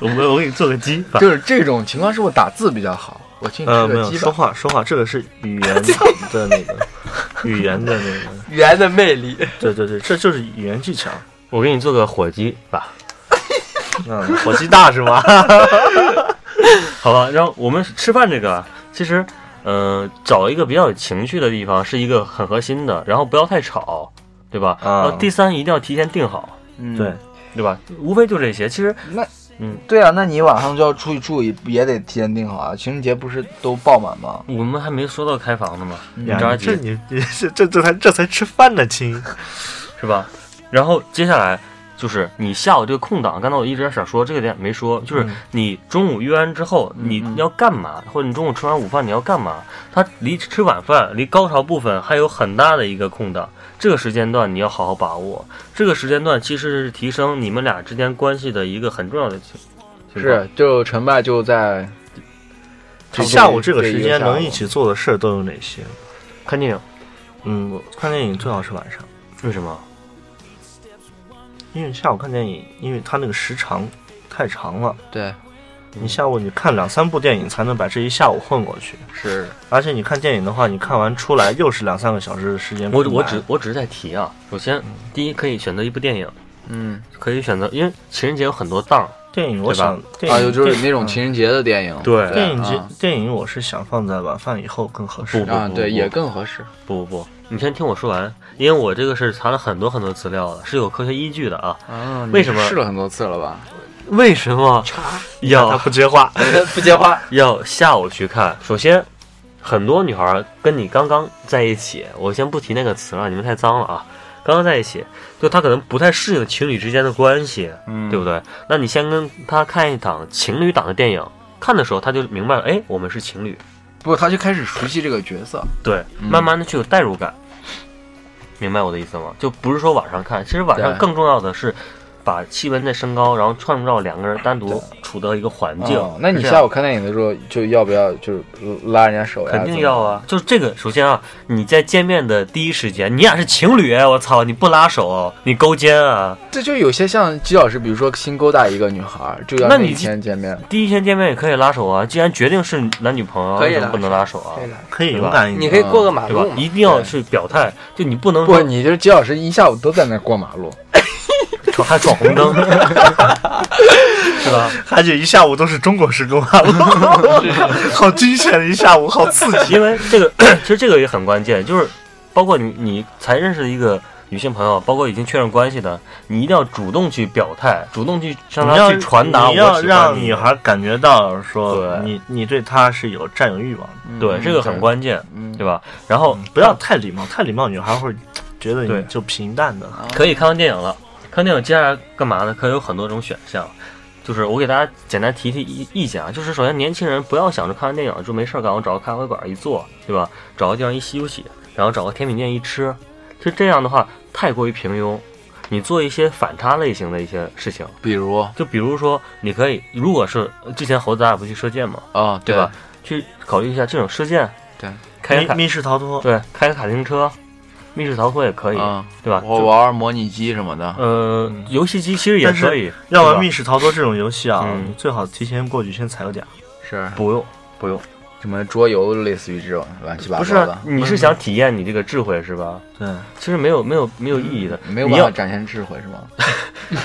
C: 我我我给你做个鸡吧。
A: 就是这种情况是我打字比较好，我请你
B: 呃，
A: 吃
B: 没
A: 个
B: 有
A: 嗯鸡
B: 说
A: 吧。
B: 话说话，这个是语言的那个语言的那个，
E: 语言的魅 力，
B: 对对对，这就是语言技巧。
C: 我给你做个火鸡吧，
B: 嗯，火气大是吗？
C: 好吧。然后我们吃饭这个啊，其实，呃，找一个比较有情绪的地方是一个很核心的，然后不要太吵，对吧？
B: 啊
C: 然后第三，一定要提前定好，
A: 嗯
B: 对，
C: 对吧？无非就这些。其实
A: 对啊，那你晚上就要出去住，也得提前订好啊。情人节不是都爆满吗？
C: 我们还没说到开房呢嘛，你
B: 嗯呀
C: 着
B: 你这
C: 急
B: 你你这这这才这才吃饭呢，亲。
C: 是吧？然后接下来就是你下午这个空档，刚才我一直想说这个点没说，就是
B: 嗯
C: 你中午约完之后你要干嘛，或者你中午吃完午饭你要干嘛？它离吃晚饭、离高潮部分还有很大的一个空档，这个时间段你要好好把握。这个时间段其实是提升你们俩之间关系的一个很重要的情情况
A: 是，就成败就在
B: 就下午这个时间能一起做的事儿都有哪些？
C: 看电影，
B: 嗯，我看电影最好是晚上，
C: 为什么？
B: 因为下午看电影，因为它那个时长太长了，
A: 对，
B: 你下午你看两三部电影才能把这一下午混过去。
A: 是
B: 而且你看电影的话，你看完出来又是两三个小时的时间空
C: 我
B: 白。
C: 我只我只是在提啊。首先，第一可以选择一部电影，
A: 嗯
C: 可以选择，因为情人节有很多档，
B: 电影，我想电影
A: 啊，有就是那种
B: 嗯
A: 情人节的电影，
C: 对
B: 电影节
A: 啊
B: 电影，我是想放在晚饭以后更合适。
C: 不
A: 啊，
C: 不
A: 对
C: 不
A: 也更合适。
C: 不不不，你先听我说完，因为我这个是查了很多很多资料的，是有科学依据的啊。
A: 啊
C: 为什么
A: 试了很多次了 吧？
C: 为什么
B: 他
C: 要
B: 不接话，
E: 不接话，
C: 要下午去看？首先，很多女孩跟你刚刚在一起，我先不提那个词了，你们太脏了啊。刚刚在一起，就她可能不太适应情侣之间的关系，
A: 嗯
C: 对不对？那你先跟她看一档情侣档的电影，看的时候她就明白了，哎，我们是情侣，
A: 不，他就开始熟悉这个角色。
C: 对，
A: 嗯
C: 慢慢的去有代入感，明白我的意思吗？就不是说晚上看，其实晚上
A: 对
C: 更重要的是把气温再升高，然后创造两个人单独处的一个环境。
A: 哦那你
C: 是这样
A: 下午看电影的时候，就要不要就是拉人家手呀？
C: 肯定要啊，就是这个。首先啊，你在见面的第一时间，你俩是情侣，哎我操，你不拉手，你勾肩啊。
A: 这就有些像姬老师，比如说新勾搭一个女孩儿，就要
C: 那
A: 那
C: 你
A: 一天见面，
C: 第一天见面也可以拉手啊，既然决定是男女朋友，
E: 可以
C: 为什么
E: 拉
C: 不能
E: 手
C: 拉手啊？
B: 可以勇敢一
E: 你
B: 点。
E: 可以过个马
C: 对吧
E: 路？嘛，
C: 一定要是表态，就你不能
A: 嗯不，
C: 说
A: 你就是姬老师一下午都在那过马路，
C: 闯还闯红灯，是吧？
B: 而且一下午都是中国式过马路， 好惊险的一下午，好刺激。
C: 因为这个， 其实这个也很关键，就是包括你你才认识的一个女性朋友，包括已经确认关系的，你一定要主动去表态，主动去向
B: 你
C: 她
B: 要
C: 去传达我
B: 你要
C: 喜欢
B: 让
C: 你
B: 女。孩感觉到说
C: 对
B: 你你对她是有占有欲望的，
C: 嗯对，这个很关键，
A: 嗯
C: 对吧？然后
B: 不要太礼貌，太礼貌女孩会觉得
C: 对
B: 你就平淡的。
C: 可以看完电影了，看电影接下来干嘛呢？可以有很多种选项，就是我给大家简单提提意意见啊，就是首先年轻人不要想着看完电影就没事儿干，我找个咖啡馆一坐，对吧？找个地方一休息，然后找个甜品店一吃，就这样的话太过于平庸。你做一些反差类型的一些事情，
A: 比如
C: 就比如说，你可以，如果是之前猴子咱俩不去射箭嘛，
A: 啊，
C: 对吧？？去考虑一下这种射箭，
A: 对，
C: 开个卡
B: 密密室逃脱，
C: 对，开个卡丁车，密室逃脱也可以，
A: 啊，
C: 对吧？
A: 我
C: 就
A: 玩模拟机什么的，
C: 呃，
B: 嗯
C: 游戏机其实也
B: 但是
C: 可以，
B: 要
C: 对吧
B: 玩密室逃脱这种游戏啊，
C: 嗯
B: 你最好提前过去先踩个点儿。
A: 是
C: 不用不用，
A: 什么桌游类似于这种乱七八
C: 不是
A: 糟的
C: 啊，，你是想体验你这个智慧是吧？
B: 对，
C: 其实没有没有没有意义的，
A: 没有
C: 你
A: 办法
C: 要
A: 展现智慧是吗？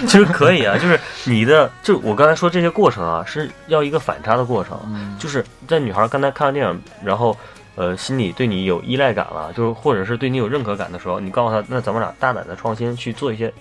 C: 其实可以 啊，就是你的，就我刚才说这些过程啊，是要一个反差的过程，
A: 嗯
C: 就是在女孩刚才看完电影，然后呃心里对你有依赖感了，就是或者是对你有认可感的时候，你告诉她，那咱们俩大胆的创新去做一些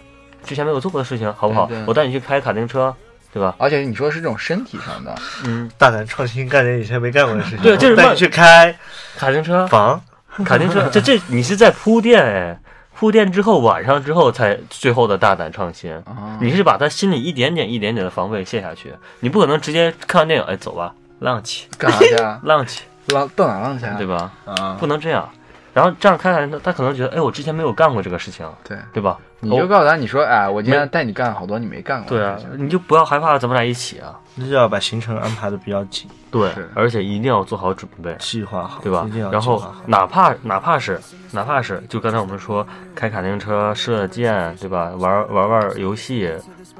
C: 之前没有做过的事情，好不好
A: 对对？
C: 我带你去开卡丁车，对吧？
A: 而且你说是这种身体上的，
C: 嗯，
B: 大胆创新，干点以前没干过的事 情。
C: 对就是
B: 带
C: 慢
B: 你去开
C: 卡丁车，
B: 房，
C: 卡丁车，这这你是在铺垫哎，铺垫之后晚上之后才最后的大胆创新，
A: 啊
C: 你是把他心里一点点一点点的防备卸下去，你不可能直接看完电影哎走吧，浪去
A: 干啥去啊？
C: 浪去，
A: 浪到哪浪去啊？
C: 嗯对吧？嗯
A: 啊
C: 不能这样，然后这样看看他，他可能觉得，哎，我之前没有干过这个事情，
A: 对，
C: 对吧？
A: 你就
C: 我
A: 告诉他，你说，哎，我今
C: 没
A: 天带你干好多你没干过
C: 对
A: 的
C: 啊
A: 事情。，
C: 你就不要害怕咱们俩一起啊。
B: 那就要把行程安排的比较紧，
C: 对
A: 是，
C: 而且一定要做好准备，
B: 计划好，
C: 对吧
B: 一定要？
C: 然
B: 计
C: 后
B: 划好
C: 哪怕哪怕是哪怕是，就刚才我们说开卡丁车、射箭，对吧？玩玩玩游戏，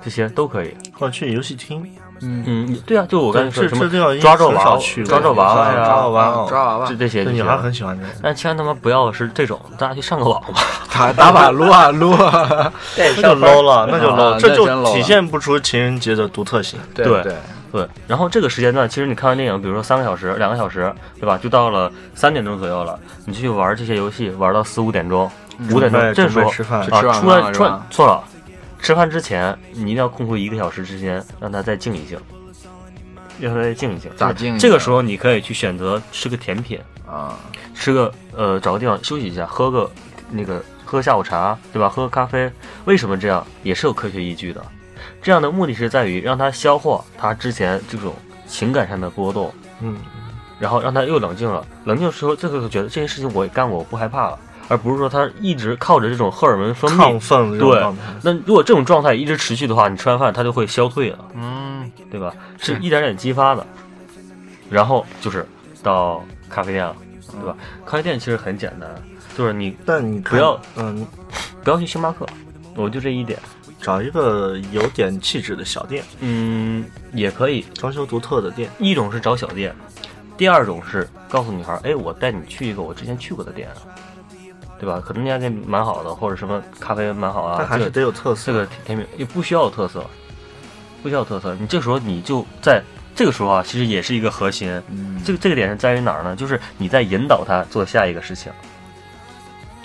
C: 这些都可以。
B: 或者去游戏厅，
C: 嗯，对啊，就我刚才说
B: 这
C: 什
B: 这
C: 么
B: 地方已经
C: 抓着
B: 很
C: 娃
B: 少
C: 娃
B: 去了
C: 抓着娃娃呀
B: 抓着娃娃，
A: 抓娃娃
C: 这，这些
B: 这
C: 就
B: 女
C: 行
B: 孩很喜欢这个。
C: 但千万他妈不要是这种，大家去上个网吧。
A: 打打把撸啊撸啊，
E: 带
B: 那就
E: 上
B: low 了，那就
A: 啊
B: low，、
A: 那
B: 这就
A: 真 low
B: 体
A: 了
B: 现不出情人节的独特性。
A: 对
C: 对
A: 对，
C: 对，然后这个时间段，其实你看完电影，比如说三个小时、两个小时，对吧？就到了三点钟左右了，你去玩这些游戏，玩到四五点钟、五点
B: 准
C: 钟，
B: 备
C: 这时
B: 准
C: 候
B: 备吃饭
A: 吃
C: 啊，
A: 晚
C: 出
A: 饭
C: 来
A: 了是
C: 出来
A: 吧
C: 错了，吃饭之前你一定要空出一个小时之间，让它再静一静，让它再静一静。
A: 咋
C: 就是
A: 静一啊
C: 这个
A: 静
C: 时候你可以去选择吃个甜品，
A: 啊，
C: 吃个呃，找个地方休息一下，喝个那个喝下午茶，对吧？喝个咖啡。为什么这样？也是有科学依据的。这样的目的是在于让他消化他之前这种情感上的波动，
B: 嗯，
C: 然后让他又冷静了。冷静之后，这个觉得这些事情我也干过，我不害怕了，而不是说他一直靠着这种荷尔蒙分
B: 亢
C: 泌。
B: 奋的这种
C: 对
B: 状态，
C: 那如果这种状态一直持续的话，你吃完饭他就会消退了，
A: 嗯，
C: 对吧？是一点点激发的。然后就是到咖啡店了，对吧？咖啡店其实很简单，就是你
B: 但你
C: 不要，
B: 嗯，
C: 不要去星巴克，我就这一点。
B: 找一个有点气质的小店，
C: 嗯，也可以，
B: 装修独特的店，
C: 一种是找小店，第二种是告诉女孩，哎，我带你去一个我之前去过的店，啊对吧？可能那家店蛮好的，或者什么咖啡蛮好
B: 但
C: 啊，
B: 还
C: 这
B: 是
C: 个
B: 得有特
C: 这
B: 色。
C: 个甜品也不需要有特色，不需要有特色。你这时候你就在这个时候啊，其实也是一个核心。
A: 嗯
C: 这个这个点是在于哪儿呢？就是你在引导他做下一个事情，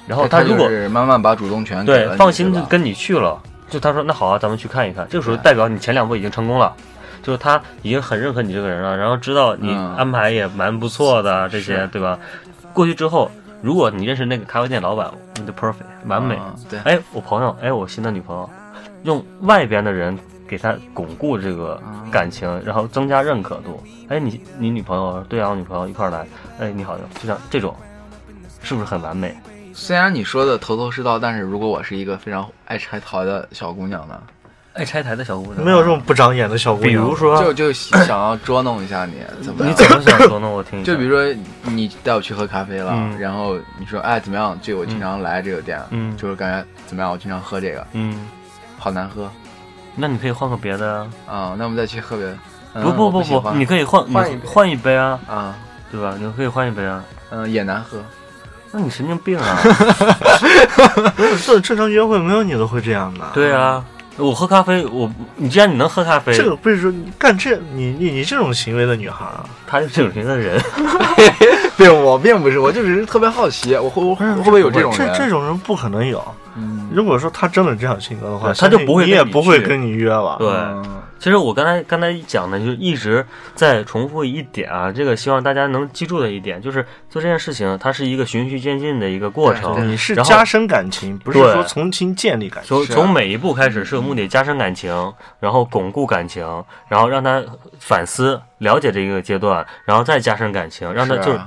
C: 然后
A: 他
C: 如果
A: 就是慢慢把主动权给了
C: 对，
A: 你
C: 放心
A: 对
C: 就
A: 吧
C: 跟你去了。就他说那好啊，咱们去看一看。这个时候
A: 对
C: 代表你前两步已经成功了，就是他已经很认可你这个人了，然后知道你
A: 嗯
C: 安排也蛮不错的、这些，对吧？过去之后，如果你认识那个咖啡店老板，那就 perfect 完美。
A: 嗯对，
C: 哎，我朋友，哎，我新的女朋友，用外边的人给他巩固这个感情，然后增加认可度。哎，你你女朋友，对啊，我女朋友一块儿来，哎，你好，就像这种，是不是很完美？
A: 虽然你说的头头是道，但是如果我是一个非常爱拆台的小姑娘 呢，
C: 爱拆台的小姑娘
B: 没有这种不长眼的小姑娘，
C: 比如说，
A: 就就想要捉弄一下你，怎么
C: 啊你
A: 样？
C: 怎么想说呢？我听一下。
A: 就比如说你带我去喝咖啡了，
C: 嗯
A: 然后你说哎怎么样？这我经常来这个店，
C: 嗯
A: 就是感觉怎么样？我经常喝这个，
C: 嗯，
A: 好难喝
C: 那你可以换个别的啊。
A: 啊、那我们再去喝别的。嗯、
C: 不不
A: 我不喜
C: 不
A: 欢
C: 你可以换你
E: 换一杯
C: 换一杯啊，
A: 啊，
C: 对吧？你可以换一杯啊。
A: 嗯，也难 喝。
C: 那你神经病啊！
B: 没有这正常约会没有你都会这样的。，
C: 对啊，我喝咖啡，我你既然你能喝咖啡，
B: 这个不是说你干这你你你这种行为的女孩啊，
C: 他就是这种型的人，
A: 对我并不是，我就只是特别好奇，我会我
C: 哎
A: 会会不会有这种
B: 这
A: 人？
B: 这种人不可能有。
A: 嗯，
B: 如果说她真的这样性格的话，
C: 对她就不会
B: 相信你也
C: 跟你
B: 不会
C: 去
B: 跟你约了。
C: 对。
A: 嗯
C: 其实我刚才刚才讲的就一直在重复一点啊，这个希望大家能记住的一点就是做这件事情，它是一个循序渐进的一个过
A: 对对
C: 程。
B: 你是
C: 然后
B: 加深感情，不是
C: 对
B: 说从轻建立感情。
C: 从
A: 是啊
C: 从每一步开始是有目的，加深感情，然后巩固感情，然后让他反思、了解这一个阶段，然后再加深感情，让他
A: 是啊嗯
C: 就是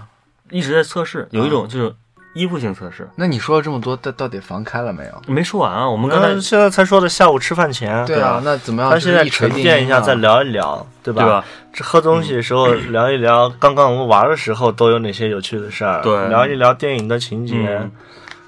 C: 一直在测试，有一种就是依附性测试。
A: 那你说了这么多，到到底房开了没有？
C: 没说完啊，我们刚才
A: 呃
B: 那现在才说的下午吃饭前，
A: 对啊，那怎么样？
B: 咱现在
A: 就是一锤
B: 沉
A: 定
B: 淀
A: 音
B: 一下，
A: 啊
B: 再。聊一聊，对吧？
C: 对吧？
B: 这喝东
C: 嗯
B: 西的时候 聊一聊，刚刚我们玩的时候都有哪些有趣的事儿？
C: 对
B: 聊一聊电影的情节，
C: 嗯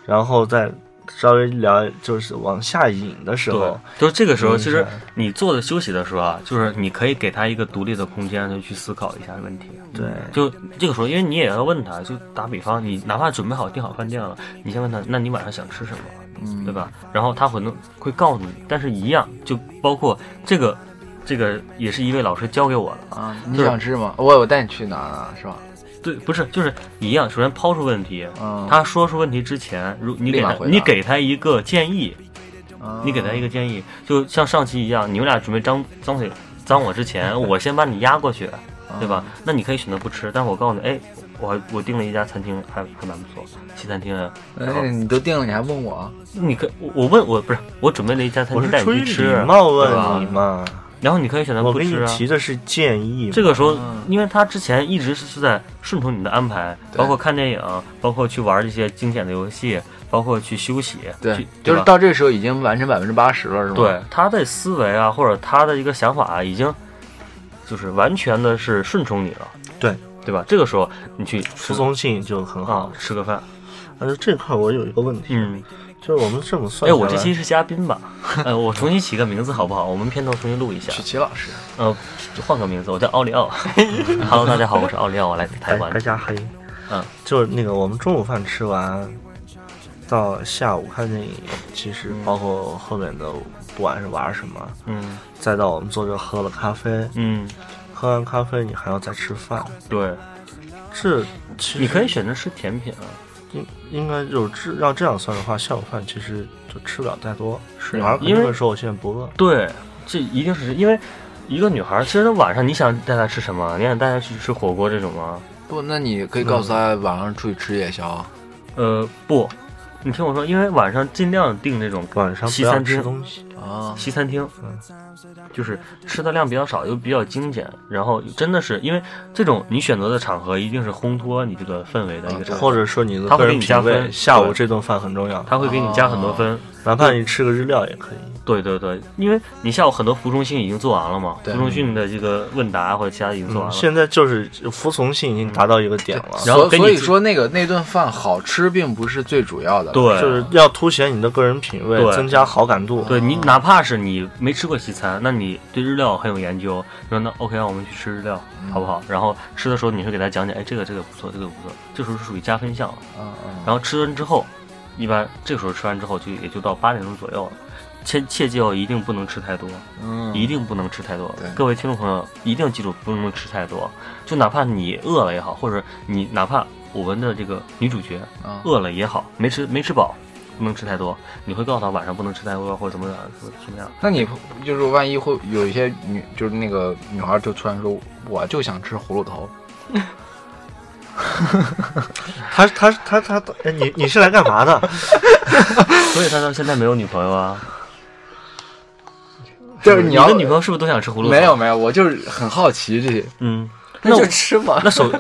B: 然后再稍微聊，就是往下引的时
C: 对
B: 候，，
C: 就是这个时候，
B: 嗯
C: 其实你坐着休息的时候啊，就是你可以给他一个独立的空间，就去思考一下问题。嗯
B: 对，
C: 就这个时候，因为你也要问他，就打比方，你哪怕准备好订好饭店了，你先问他，那你晚上想吃什么，
A: 嗯
C: 对吧？然后他可能会告诉你，但是一样，就包括这个，这个也是一位老师教给我的啊。
A: 啊，你
C: 就是
A: 想吃吗？我我带你去哪儿啊？是吧？
C: 对，不是，就是一样。首先抛出问题，
A: 嗯，
C: 他说出问题之前，如你给
A: 立马
C: 他，
A: 回答
C: 你给他一个建议，
A: 啊
C: 你给他一个建议，就像上期一样，你们俩准备张张嘴脏我 之前，我先把你压过
B: 啊
C: 去，对吧？那你可以选择不吃，但是我告诉你，哎，我我订了一家餐厅，还还蛮不错，西餐厅啊。然后
A: 哎，你都定了，你还问我？
C: 你可我我问我不是我准备了一家餐
B: 我
C: 厅
B: 是
C: 带
B: 出于
C: 你去吃
B: 礼，貌
C: 对吧
B: 问你嘛，
C: 然后你可以选择
B: 我
C: 不
B: 给你
C: 吃啊。
B: 提啊的是建议嘛，
C: 这个时候
A: 嗯，
C: 因为他之前一直是在顺从你的安排，
A: 对
C: 包括看电影，包括去玩这些惊险的游戏，包括去休息，
A: 对
C: 去，
A: 就是
C: 吧
A: 到这时候已经完成百分之八十了，是吗？
C: 对他的思维啊，或者他的一个想法啊，已经就是完全的是顺从你了，
B: 对
C: 对吧？这个时候你去吃
B: 服从性就很好
C: 啊。，吃个饭，
B: 但是这块我有一个问题，
C: 嗯，
B: 就是我们这么算下来，
C: 哎，我这期是嘉宾吧？呃，我重新起个名字好不好？我们片头重新录一下
A: 曲，奇老师，
C: 呃，换个名字，我叫奥利奥。Hello，大家好，我是奥利奥，我来自台
B: 白
C: 湾
B: 白。加黑，
C: 嗯，
B: 就是那个我们中午饭吃完，到下午看电影，其实包括后面的不管是玩什么，
C: 嗯
B: 再到我们坐这喝了咖啡，
C: 嗯，
B: 喝完咖啡你还要再吃饭，
C: 对，
B: 这其实
C: 你可以选择吃甜品啊。
B: 应应该就是这要这样算的话，下午饭其实就吃不了太多。
A: 是
B: 女孩肯
C: 因
B: 定
C: 为
B: 会说我现在不饿，
C: 对，这一定是因为一个女孩，其实她晚上你想带她吃什么？你想带她去吃火锅这种吗？
A: 不，那你可以告诉他晚上出去吃夜宵，啊
C: 呃，不，你听我说，因为晚上尽量订这种
B: 晚上不
C: 西
B: 要
C: 餐
B: 吃
C: 厅
B: 东西。
A: 啊，
C: 西餐厅
B: 嗯，
C: 就是吃的量比较少，又比较精简，然后真的是因为这种你选择的场合一定是烘托你这个氛围的一个
A: 啊
C: 场合，
B: 或者说你的
C: 他
B: 个
C: 会给
B: 人
C: 你加
B: 品味，
C: 分
B: 下午
C: 对
B: 这顿饭很重要，
C: 他会给你加很
B: 啊
C: 多分。
B: 哪怕你吃个日料也可以。
C: 对对对，因为你下午很多服从性已经做完了嘛，服
A: 对
C: 从性的这个问答或者其他已经做
B: 嗯，
C: 完了。
B: 现在就是服从性已经达到一个点了，
C: 然后
A: 所
C: 给你
A: 所以
C: 自
A: 说那个那顿饭好吃并不是最主要的，
C: 对
B: 就是要凸显你的个人品味，
C: 对
B: 增加好感度。
C: 对你，哪怕是你没吃过西餐，那你对日料很有研究，你说那 OK，让我们去吃日料，好不好？然后吃的时候，你会给他讲讲，哎，这个这个不错，这个不错，这时候是属于加分项了。
A: 嗯嗯，
C: 然后吃完之后，一般这个时候吃完之后就也就到八点钟左右了，切切记哦，一定不能吃太多，
A: 嗯，
C: 一定不能吃太多
A: 对。
C: 各位听众朋友，一定记住不能吃太多，就哪怕你饿了也好，或者你哪怕我们的这个女主角
A: 啊
C: 饿了也好，没吃没吃饱。不能吃太多，你会告诉她晚上不能吃太多，啊或者怎么样，怎么怎么样。
A: 那你就是万一会有一些女，就是那个女孩就突然说，我就想吃葫芦头，
B: 他他他他，哎你你是来干嘛的？
C: 所以他到现在没有女朋友啊？
A: 就是
C: 你
A: 要
C: 的女朋友是不是都想吃葫芦？
A: 没有，没有，我就是很好奇这些，
C: 嗯，
E: 那
C: 那
E: 就吃嘛。
C: 那首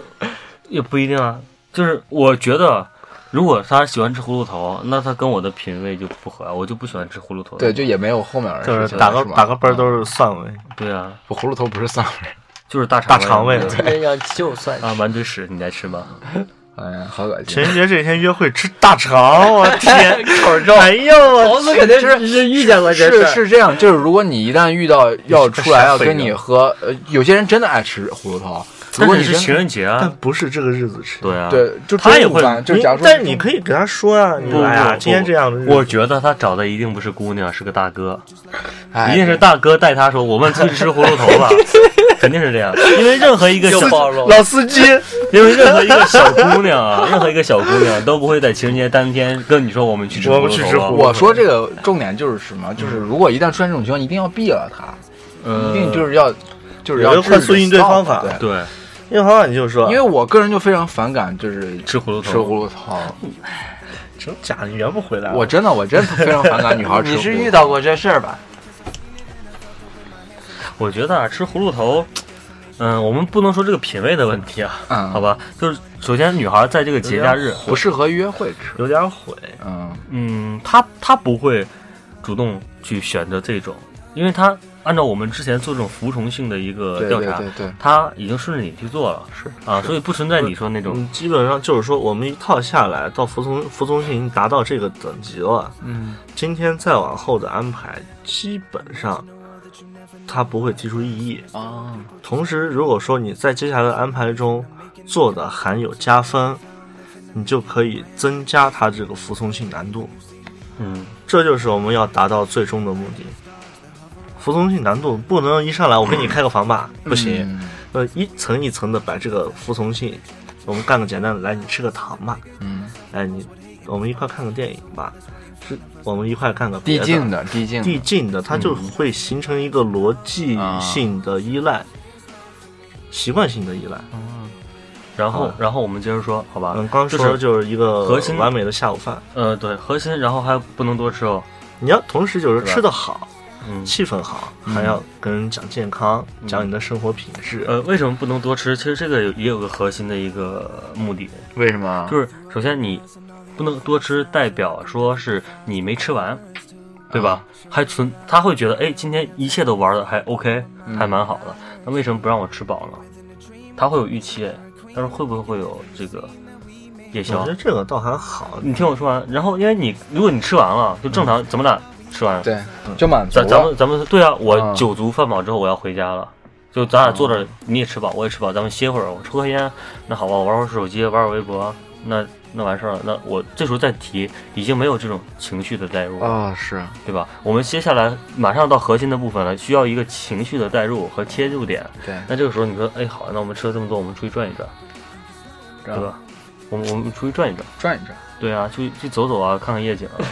C: 也不一定啊。就是我觉得，如果他喜欢吃葫芦头，那他跟我的品味就不合，啊我就不喜欢吃葫芦头。
A: 对，就也没有后面的事情
B: 就
A: 了，
B: 是打个
A: 吗哦
B: 打个啵儿都是蒜味，
C: 对啊，
A: 不葫芦头不是蒜味儿，
C: 就是大
B: 大
C: 肠
B: 肠胃。
E: 那样就算
C: 啊，满嘴屎，你来吃 吧。
A: 哎呀，好恶心
B: 情。人节这天约会吃大肠，我天，口罩！哎呦我
E: 猴子肯定是遇见过这事
A: 是
E: 儿，
A: 是这样，就是如果你一旦遇到要出来要跟你喝，呃，有些人真的爱吃葫芦头，如
C: 但
A: 果
C: 是
A: 你
C: 是情
A: 真
C: 人节啊
B: 但，不是这个日子吃。
C: 对啊，。
A: 对，就
C: 他也
A: 中午
C: 会
A: 饭就
B: 你
A: 假如说，
B: 但你可以给他说啊，你
C: 不
B: 来
C: 哎不
B: 啊，
C: 不
B: 今天这样的日子，
C: 嗯我觉得他找的一定不是姑娘，是个大哥，
A: 哎
C: 一定是大哥带他说我们出去吃葫芦头 吧，肯定是这样，因为任何一个小
E: 暴露了。
B: 老司机，
C: 因为任何一个小姑娘啊，任何一个小姑娘都不会在情人节当天跟你说我们去吃
B: 我
C: 葫芦
B: 们去
C: 头啊
B: 吃葫 芦
A: 我说这个重点就是什么？就是如果一旦出现这种情况，一定要避了他，
C: 呃
A: 一定就是要就是
B: 有
A: 要
B: 一个快速应
A: 制
B: 对
A: 止
B: 方法
A: 对，
C: 对
B: 因为好像你就说，
A: 因为我个人就非常反感，就是
C: 吃葫芦头
A: 吃葫芦头。
B: 真假的，你圆不回来了。啊
A: 我真的，我真的非常反感女孩吃。
E: 你是遇到？过这事儿吧？
C: 我觉得啊，吃葫芦头，嗯、我们不能说这个品味的问题啊，
A: 嗯
C: 好吧，就是首先女孩在这个节假日，
A: 不适合约会吃。
B: 有点毁，
A: 嗯，
C: 嗯，她她不会主动去选择这种，因为她按照我们之前做这种服从性的一个
A: 对
C: 呃调
A: 对
C: 查，
A: 对对，
C: 她已经顺着你去做了，是啊，所以不存在你说那种
B: 嗯，基本上就是说，我们一套下来到服从服从性已经达到这个等级了。啊
A: 嗯，
B: 今天再往后的安排，基本上他不会提出异议。
A: 啊，
B: 同时，如果说你在接下来的安排中做的含有加分，你就可以增加它这个服从性难度。
C: 嗯
B: 这就是我们要达到最终的目的。服从性难度不能一上来我给你开个房吧，不行，
A: 嗯
B: 呃，一层一层的把这个服从性，我们干个简单的，来你吃个糖吧，
A: 嗯，
B: 哎你，我们一块看个电影吧，是我们一块干个
A: 递
B: 别的
A: 进的，递进
B: 递
A: 的，
B: 进的，它就会形成一个逻辑性的依赖，习惯性的依赖。
C: 然后
B: 好
C: 然后我们接着说，好吧，
B: 嗯，刚
C: 就
B: 说的
C: 是
B: 就是一个
C: 核心
B: 完美的下午饭，
C: 呃，对，核心，然后还不能多吃哦。
B: 你要同时就是
C: 是吧
B: 吃的好，
C: 嗯
B: 气氛好，还要跟人讲健康，讲你的生活品质。
C: 呃，为什么不能多吃？其实这个有也有个核心的一个目的，
A: 为什么？
C: 就是首先你不能多吃，代表说是你没吃完，对吧？还存他会觉得，哎，今天一切都玩的还 OK，还
A: 嗯
C: 蛮好的，那为什么不让我吃饱呢？他会有预期，哎但是会不会会有这个夜
B: 我
C: 宵
B: 觉得？这个倒还好，
C: 你听我说完，然后因为你如果你吃完了，就正常，咱们俩吃完，
A: 对，就满足
C: 咱咱
A: 了。
C: 们咱们对啊，我
A: 嗯
C: 酒足饭饱之后我要回家了，就咱俩坐着，你也吃饱，我也吃饱，咱们歇会儿，我抽根烟，那好吧，我玩会儿手机，玩会儿微博，那那完事儿了，那我这时候再提，已经没有这种情绪的代入了，
A: 啊、是
C: 对吧？我们接下来马上到核心的部分了，需要一个情绪的代入和切入点。
A: 对，
C: 那这个时候你说，哎，好，那我们吃了这么多，我们出去转一转，对
A: 然后
C: 吧？我们我们出去转一转，
A: 转一转，
C: 对啊，去去走走啊，看看夜景啊，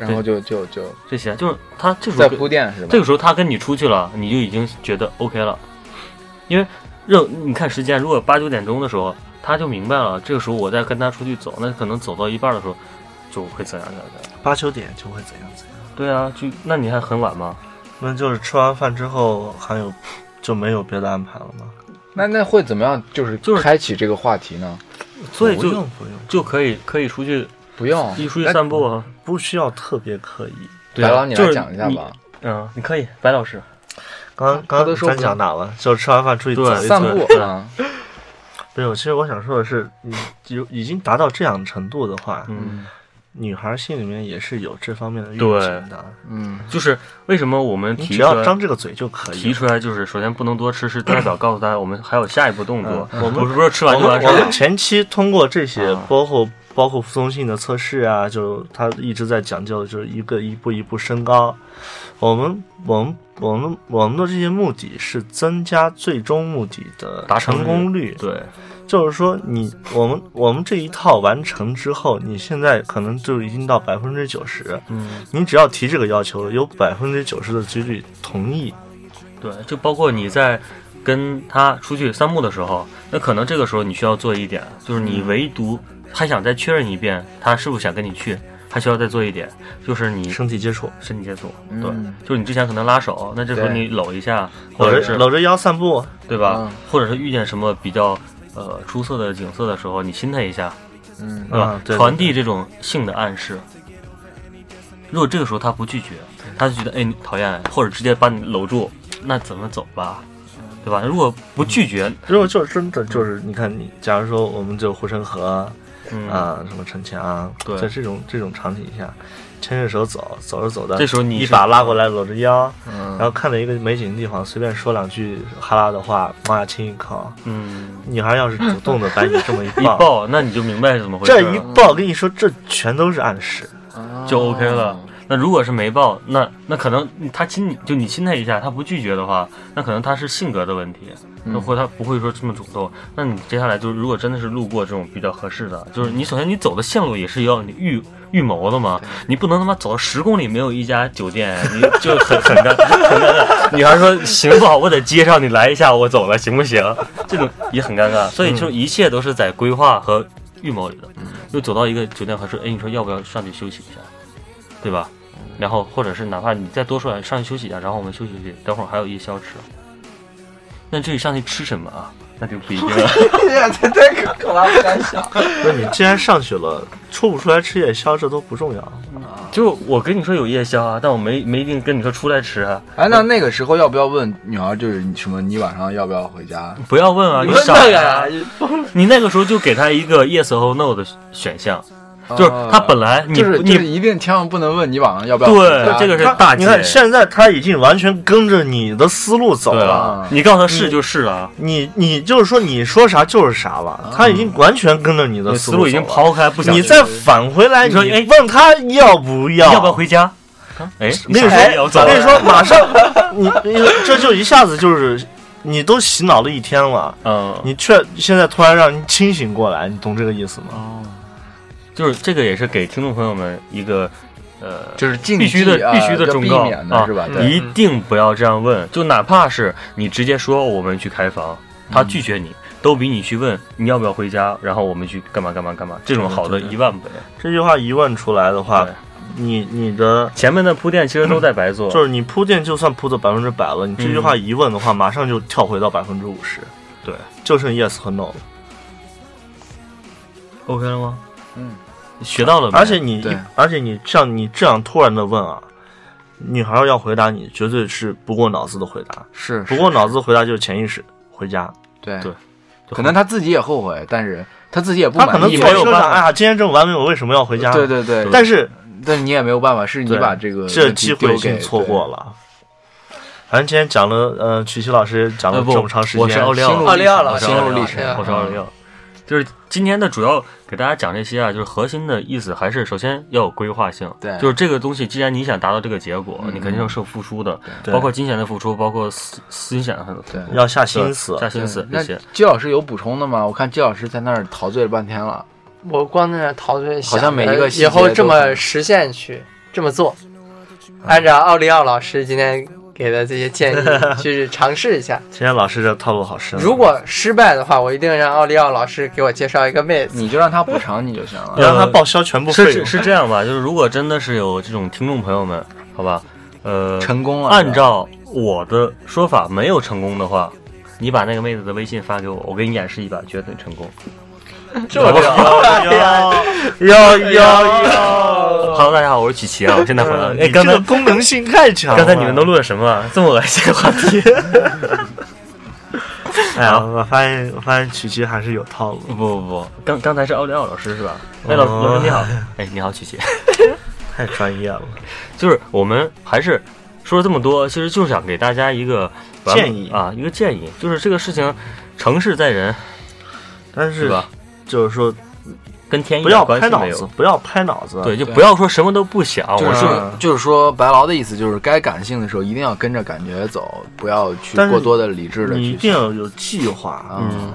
A: 然后就就就
C: 这些啊就是他这时候
A: 在
C: 跟
A: 铺垫是吧？
C: 这个时候他跟你出去了，你就已经觉得 OK 了，因为任你看时间，如果八九点钟的时候，他就明白了，这个时候我再跟他出去走，那可能走到一半的时候就会怎样怎样怎样。
B: 八九点就会怎样怎样。
C: 对啊，就那你还很晚吗？
B: 那就是吃完饭之后还有就没有别的安排了吗？
A: 那那会怎么样？就是
C: 就是
A: 开启这个话题呢？
C: 所以
B: 不
C: 就
B: 用哎不用，
C: 就可以可以出去
A: 不用，
C: 一出去
A: 来
C: 散步啊。
B: 不需要特别刻意。
C: 对啊
A: 白老你
C: 就
A: 来
C: 是
A: 讲一下
C: 你
A: 吧。
C: 嗯，你可以，白老师，嗯
B: 刚
A: 他
B: 刚
A: 都说
B: 咱
A: 不
B: 讲哪了？就是吃完饭出去走
C: 对
B: 一
A: 散
B: 走
A: 步 啊，
B: 没有，其实我想说的是，你有已经达到这样程度的话，
C: 嗯，
B: 女孩心里面也是有这方面的预
C: 对
B: 警的。
A: 嗯，
C: 就是为什么我们
B: 你
C: 提
B: 只
C: 出来
B: 要张这个嘴就可以
C: 提
B: 了。
C: 出来，就是首先不能多吃，是代表告诉大家我们还有下一步动作，
B: 嗯我们
C: 不是不是吃完
B: 我
C: 就完
B: 们
C: 事
B: 我
C: 儿
B: 们
C: 了。
B: 前期通过这些
C: 啊，
B: 包括包括服从性的测试啊，就他一直在讲究，就是一个一步一步升高。我们我们我们我们的这些目的是增加最终目的的
C: 达成
B: 成功率，
C: 对，
B: 就是说你我们我们这一套完成之后，你现在可能就已经到百分之九十，
C: 嗯，
B: 你只要提这个要求，有百分之九十的几率同意。
C: 对，就包括你在跟他出去散步的时候，那可能这个时候你需要做一点，就是你唯独还想再确认一遍他是不是想跟你去，还需要再做一点，就是你
B: 身体接触，
C: 身体接触，
A: 嗯
C: 对，就是你之前可能拉手，那这时候
A: 对
C: 你搂一下，或
B: 搂
C: 者
B: 着
C: 是
B: 搂着腰散步，
C: 对吧
A: 嗯？
C: 或者是遇见什么比较呃出色的景色的时候，你亲他一下，
A: 嗯，
C: 对吧
B: 嗯？对
C: 传递这种性的暗示。如果这个时候他不拒绝，他就觉得哎你讨厌，或者直接把你搂住，那怎么走吧？对吧？如果不拒绝，
B: 如果就是真的就是，你看你，假如说我们就护城河啊、
C: 嗯，
B: 什么城墙，
C: 对
B: 在这种这种场景下，牵着手走，走着走着，
C: 这时候你
B: 一
C: 是
B: 把拉过来，搂着腰，
A: 嗯
B: 然后看着一个美景的地方，随便说两句哈拉的话，妈呀，亲一口。
C: 嗯，
B: 女孩要是主动的把你这么一
C: 一
B: 抱，
C: 抱，那你就明白是怎么回事
B: 这一
C: 了，
B: 抱，跟你说，这全都是暗示。
A: 哦
C: 就 OK 了。那如果是没抱，那那可能他亲你就你亲他一下，他不拒绝的话，那可能他是性格的问题，
A: 嗯
C: 或者他不会说这么主动。那你接下来就是如果真的是路过这种比较合适的，就是你首先你走的线路也是要你预预谋的嘛，你不能他妈走十公里没有一家酒店， 你就很很尴很尴尬。女孩说行不好，我在街上你来一下，我走了行不行？这种也很尴尬，所以就一切都是在规划和预谋里的。就走到一个酒店合适，哎，你说要不要上去休息一下，对吧？然后或者是哪怕你再多说点，上去休息一下，然后我们休息休息，等会儿还有夜宵吃。那至于上去吃什么啊，那就不一定 了。
E: 太 太可可怕，不敢想。
B: 那你既然上去了，出不出来吃夜宵这都不重要。
C: 就我跟你说有夜宵啊，但我没没一定跟你说出来吃啊。
A: 哎，那那个时候要不要问女孩，就是你什么，你晚上要不要回家？
C: 不要问啊，
E: 你
C: 你
E: 问
C: 傻
E: 那个
C: 呀
E: 呀？
C: 你那个时候就给他一个 yes 和 no 的选项，就是他本来你
A: 哦就是就是
C: 你
A: 一定千万不能问你晚上要不要回
C: 对
A: 家。
C: 这个是
B: 他
C: 大
B: 你
C: 忌。
B: 看现在他已经完全跟着你的思路走
C: 对
B: 了。
C: 啊，你告诉他是就是了，
B: 你你就是说你说啥就是啥了，他已经完全跟着你的
C: 你
B: 思
C: 思路已
B: 走
C: 经
B: 了。
C: 抛啊开，不想
B: 你再返回来，
C: 你
B: 你
C: 说哎
B: 问他要不要？
C: 要不要？回家？哎，
B: 那个时
C: 哎
B: 候，
C: 我走了
B: 那个时候马上，你你这就一下子就是，你都洗脑了一天了，
C: 嗯，
B: 你却现在突然让你清醒过来，你懂这个意思
C: 嗯
B: 吗？
A: 哦，
C: 就是这个也是给听众朋友们一个呃，
A: 就是禁忌
C: 必须的
A: 啊
C: 必须的
A: 要
C: 忠
A: 避
C: 告
A: 免
C: 啊
A: 的是吧？对
C: 一定不要这样问，就哪怕是你直接说哦我们去开房，他
A: 嗯
C: 拒绝你，都比你去问你要不要回家，然后我们去干嘛干嘛干嘛，这种好的一万倍。
B: 这句话一问出来的话
C: 对，
B: 你你的
C: 前面的铺垫其实都在白做，
B: 就是你铺垫就算铺到百分之百了，你这句
C: 嗯
B: 话一问的话，马上就跳回到百分之五十，对，就剩 yes 和 no 了。
C: OK 了吗？
A: 嗯，
C: 学到了没，
B: 而且你一
A: 对，
B: 而且你这样你这样突然的问啊，女孩儿要回答你，绝对是不过脑子的回答，
A: 是
B: 不过脑子回答就是潜意识回家，
A: 对
C: 对
A: 可能他自己也后悔，但是他自己也不
B: 他
A: 满意，
B: 可能
A: 你
B: 坐
A: 没有
B: 车
A: 办
B: 上，哎
A: 法。
B: 呀，今天这么完美，我为什么要回家？
A: 对对对，
B: 啊但是
A: 但是你也没有办法，是你
B: 对
A: 把这个
B: 这
A: 问题
B: 机会
A: 丢
B: 已经
A: 给
B: 错过了。反正今天讲了，呃，曲奇老师讲了
C: 呃不
B: 这么长时
C: 我是
B: 间，
C: 奥利奥，
E: 奥利奥老
C: 我
E: 师
C: 是
A: 心
C: 奥
A: 路
C: 利
A: 历
C: 奥，
A: 程
C: 我是奥利奥。就是今天的主要给大家讲这些啊，就是核心的意思还是首先要有规划性，
A: 对
C: 就是这个东西，既然你想达到这个结果，
A: 嗯
C: 你肯定要是有付出的，
B: 对
C: 包括金钱的付出，包括思思想的付出
A: 对对
B: 要下心思。
C: 下心思
A: 对
C: 这
A: 那
C: 些。
A: 季老师有补充的吗？我看季老师在那儿陶醉了半天了。
E: 我光在那陶醉想着，
A: 好像每一个细节
E: 以后这
A: 都
E: 么
A: 很
E: 实现去这么做，按照奥利奥老师今天给的这些建 议去尝试一下。
B: 今天老师这套路好深啊。
E: 如果失败的话，我一定让奥利奥老师给我介绍一个妹
B: 嗯
E: 子。
A: 你就让他补偿你就行了
B: 你。让他报销全部
C: 是
B: 费
C: 是
B: 用，
C: 是这样吧？就是如果真的是有这种听众朋友们，好吧，呃，
A: 成功了，
C: 按照我的说法，没有成功的话，你把那个妹子的微信发给我，我给你演示一把，绝对成功。
B: 嗯
E: 这
C: 哎
E: 么厉 害
B: 要要要！
C: Hello，大家好，我是曲奇啊，我现在回来了。哎，
B: 哎嗯你这
C: 刚
B: 个
C: 才
B: 功能性太强了。
C: 刚才你们都录了什么啊？这么恶心的话 题？
B: 哎呀，我发现我发现曲奇还是有套路。
C: 不不不， 刚刚才是奥利奥老师是吧？哎，老
B: 嗯
C: 老师你好，哎，你好，曲奇。
B: 太专业了，
C: 就是我们还是说了这么多，其实就是想给大家一个完
B: 建议
C: 啊，一个建议，就是这个事情，成事在人，
B: 但
C: 是
B: 是
C: 吧？
B: 就是说
C: 跟天意
B: 不要
C: 关
B: 拍
C: 系
B: 脑
C: 没
B: 子
C: 有。，
B: 不要拍脑子。
C: 对，，就不要说什么都不想，
A: 就
C: 我
A: 是
C: 是
B: 嗯
A: 就是说，白劳的意思就是该感性的时候一定要跟着感觉走，不要去
B: 但是
A: 过多的理智的
B: 你一
A: 去
B: 定
A: 想。
B: 要有计划。
A: 嗯，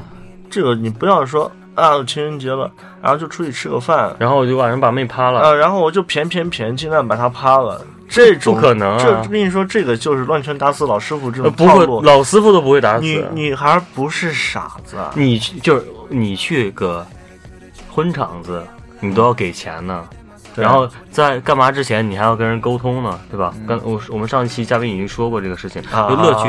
B: 这个你不要说啊，情人节了，然后就出去吃个饭，
C: 然后我就晚上把妹趴了，
B: 啊，然后我就偏偏偏尽量把它趴了。这
C: 不
B: 种
C: 可能
B: 这
C: 啊！
B: 跟你说，这个就是乱拳打死老师傅这
C: 呃
B: 种
C: 不
B: 套
C: 会
B: 路，。
C: 老师傅都不会打死
B: 女女孩不是傻子，啊
C: 你去就是你去个婚场子，你都要给钱呢。
B: 对
C: 然后在干嘛之前，你还要跟人沟通呢，对吧？刚我我们上一期嘉宾已经说过这个事情，
B: 嗯啊
C: 就乐趣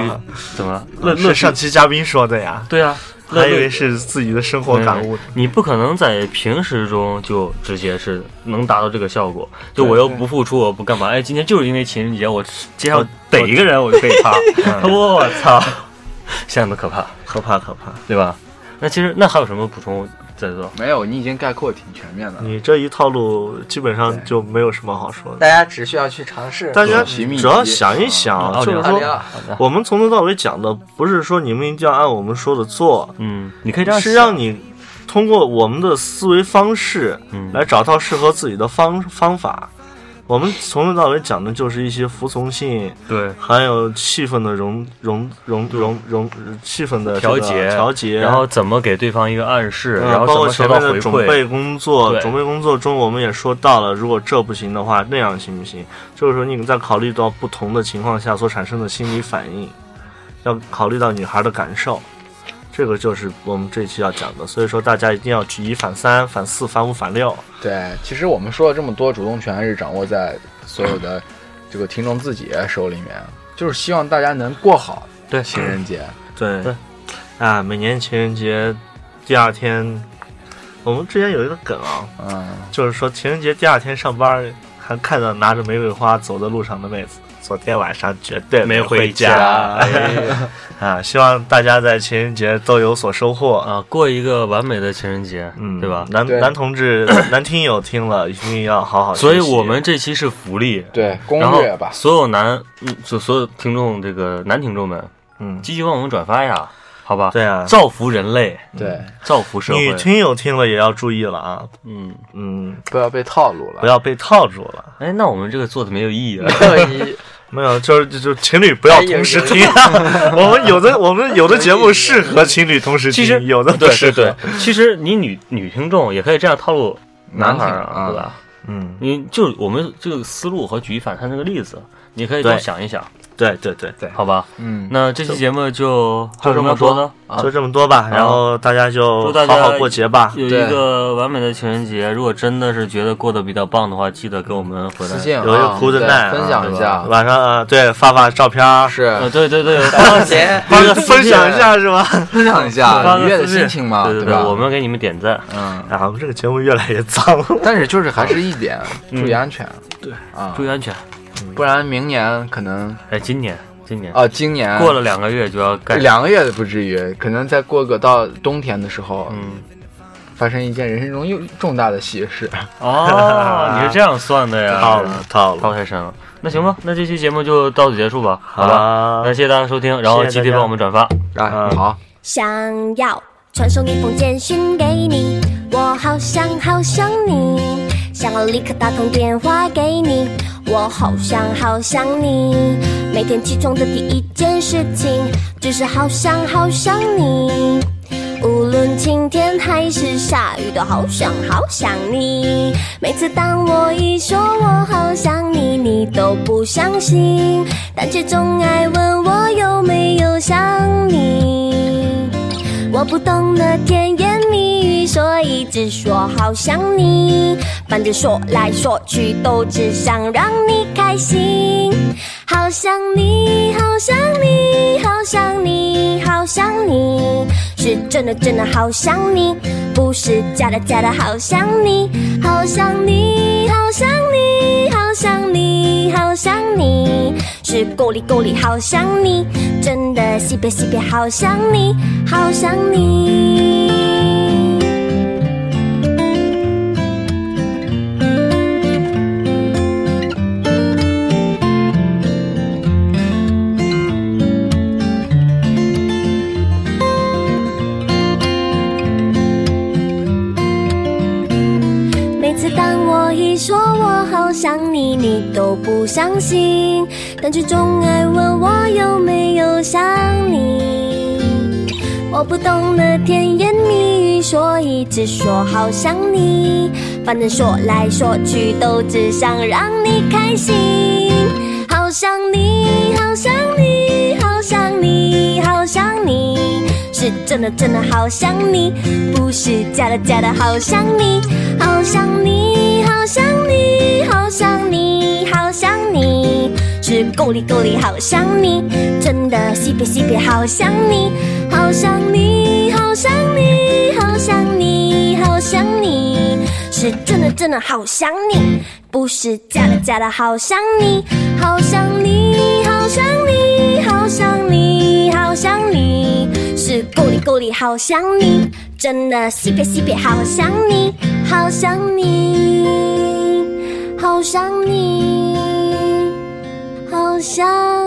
C: 怎么了乐乐
B: 是
C: 趣
B: 上期嘉宾说的呀，
C: 对啊，乐
B: 还以
C: 乐
B: 为是自己的生活感悟。
C: 你不可能在平时中就直接是能达到这个效果。就
A: 对
C: 我又不付出，我不干嘛？哎，今天就是因为情人节，我街
B: 我
C: 上逮一个人我就可 以啪，我操，想的可怕，
B: 可怕可怕！
C: 对吧？那其实那还有什么补充在做？
A: 没有，你已经概括挺全面的了。
B: 你这一套路基本上就没有什么好说的。
E: 大家只需要去尝试。
B: 大家
A: 对寻觅
B: 只要
A: 一些
B: 想一
A: 嗯
B: 想，
C: 奥利
B: 就是
C: 奥
E: 奥利
B: 说，
E: 奥，
C: 好的，
B: 我们从头到尾讲的不是说你们一定要按我们说的做，
C: 嗯，你可以这样
B: 是
C: 想
B: 让你通过我们的思维方式
C: 嗯
B: 来找到适合自己的方方法。我们从头到尾讲的就是一些服从性，
C: 对，
B: 还有气氛的融融融融融气氛的这
C: 调
B: 个
C: 节
B: 调节，
C: 然后怎么给对方一个暗示，
B: 嗯
C: 然后
B: 包
C: 怎
B: 括
C: 么收
B: 前
C: 到
B: 面的
C: 回
B: 准
C: 馈，
B: 备工作，
C: 对
B: 准备工作中我们也说到了，如果这不行的话，那样行不行？就是说你在考虑到不同的情况下所产生的心理反应，要考虑到女孩的感受，这个就是我们这期要讲的。所以说大家一定要举一反三、反四、反五、反六。
A: 对，其实我们说了这么多，主动权还是掌握在所有的这个听众自己手里面，就是希望大家能过好
C: 对
A: 情人节。
B: 对，啊，每年情人节第二天，我们之前有一个梗啊，
A: 嗯，
B: 就是说情人节第二天上班还看到拿着玫瑰花走在路上的妹子，昨天晚上绝对
C: 没
B: 回
C: 回
B: 家
C: 家。
B: 啊，希望大家在情人节都有所收获。
C: 啊，过一个完美的情人节，
B: 嗯，
C: 对吧？
B: 男
A: 对
B: 男同志、男听友听了一定要好好学习。
C: 所以我们这期是福利，
A: 对，攻
C: 然后
A: 略吧。
C: 所有男，嗯，所所有听众，这个男听众们，
B: 嗯，
C: 积极帮我们转发呀，好吧？
B: 对啊
C: 造福人类，
A: 对，
C: 造福社
B: 女
C: 会。
B: 听友听了也要注意了啊，
C: 嗯，
B: 嗯，
A: 不要被套路了。
B: 不要被套住了。
C: 哎，那我们这个做的没有意义啊 了。
E: 乐 意
B: 没有，就是就就情侣不要同
C: 哎
B: 时听。啊 我们有的我们有的节目适合情侣同时听，
C: 其实
B: 有的不
C: 对
B: 适
C: 对
B: 合。
C: 对，其实你女女听众也可以这样套路男孩儿
A: 男听
C: 啊，
A: 啊
C: 对吧？
B: 嗯，
C: 你就我们这个思路和举一反三这个例子，你可以多
B: 对
C: 想一想，
B: 对对对，
C: 好吧？
A: 嗯，
C: 那这期节目就
B: 就这么
C: 多
B: 多
C: 呢啊
B: 就！这么多吧。然后大家就
C: 祝大
B: 好
C: 家
B: 好过节吧。
C: 有一
A: 对
C: 个完美的情人节，如果真的是觉得过得比较棒的话，记得给我们回来
A: 私。信啊
B: 有一个 good
A: 对
B: night 啊
A: 分享一下，
B: 晚上呃，对，发发照片儿，
C: 呃，
A: 是
C: 对对对，
E: 过节，
B: 发个分享一下是吧？
A: 分享一
C: 发
A: 下
C: 个
A: 愉悦的
C: 私
A: 心
C: 信
A: 情嘛，
C: 对对
A: 吧？
C: 我们给你们点赞。
A: 嗯，
B: 啊，我们这个节目越来越脏 了。
A: 但是就是还是一点，注意安全，对啊
C: 嗯注，意安全。
A: 不然明年可能
C: 哎，今年今年
A: 啊，今年
C: 过了两个月就要干，
A: 两个月不至于，可能再过个到冬天的时候，
C: 嗯，
A: 发生一件人生中又重大的喜事。
C: 哦，你是这样算的呀？
B: 套路套路
C: 套太深了。那行吧，那这期节目就到此结束吧，好吧？
B: 啊
C: 那！谢谢大家收听，然后
B: 谢谢
C: 集
B: 大
C: 体
B: 家
C: 帮我们转发。
A: 来，
B: 嗯
A: 哎好，
F: 想要传送一封简讯给你，我好想好想你，想要立刻打通电话给你，我好想好想你。每天起床的第一件事情就是好想好想你，无论晴天还是下雨，都好想好想你。每次当我一说我好想你，你都不相信，但却总爱问我有没有想你。我不懂得甜言蜜语，所以只说好想你，反正说来说去都只想让你开心。好想你，好想你，好想你，好想你，是真的真的好想你，不是假的假的好想你，好想你，好想你，好想你，好想你，是够力够力好想你，真的西北西北好想你，好想你。每次当我一说我好想你，你都不相信，但却总爱问我有没有想你。我不懂得甜言蜜语，所以只说好想你，反正说来说去都只想让你开心。好想你，好想你，好想你，好想你，是真的真的好想你，不是假的假的好想你，好想你，好想你，好想你，好想你，是够力够力好想你，真的西北西北好想你，好想你，好想你，好想你，好想你，是真的真的好想你。不是假的假的，好想你，好想你，好想你，好想你，好想你，是够力够力，好想你，真的西北西北，好想你，好想你，好想你，好想。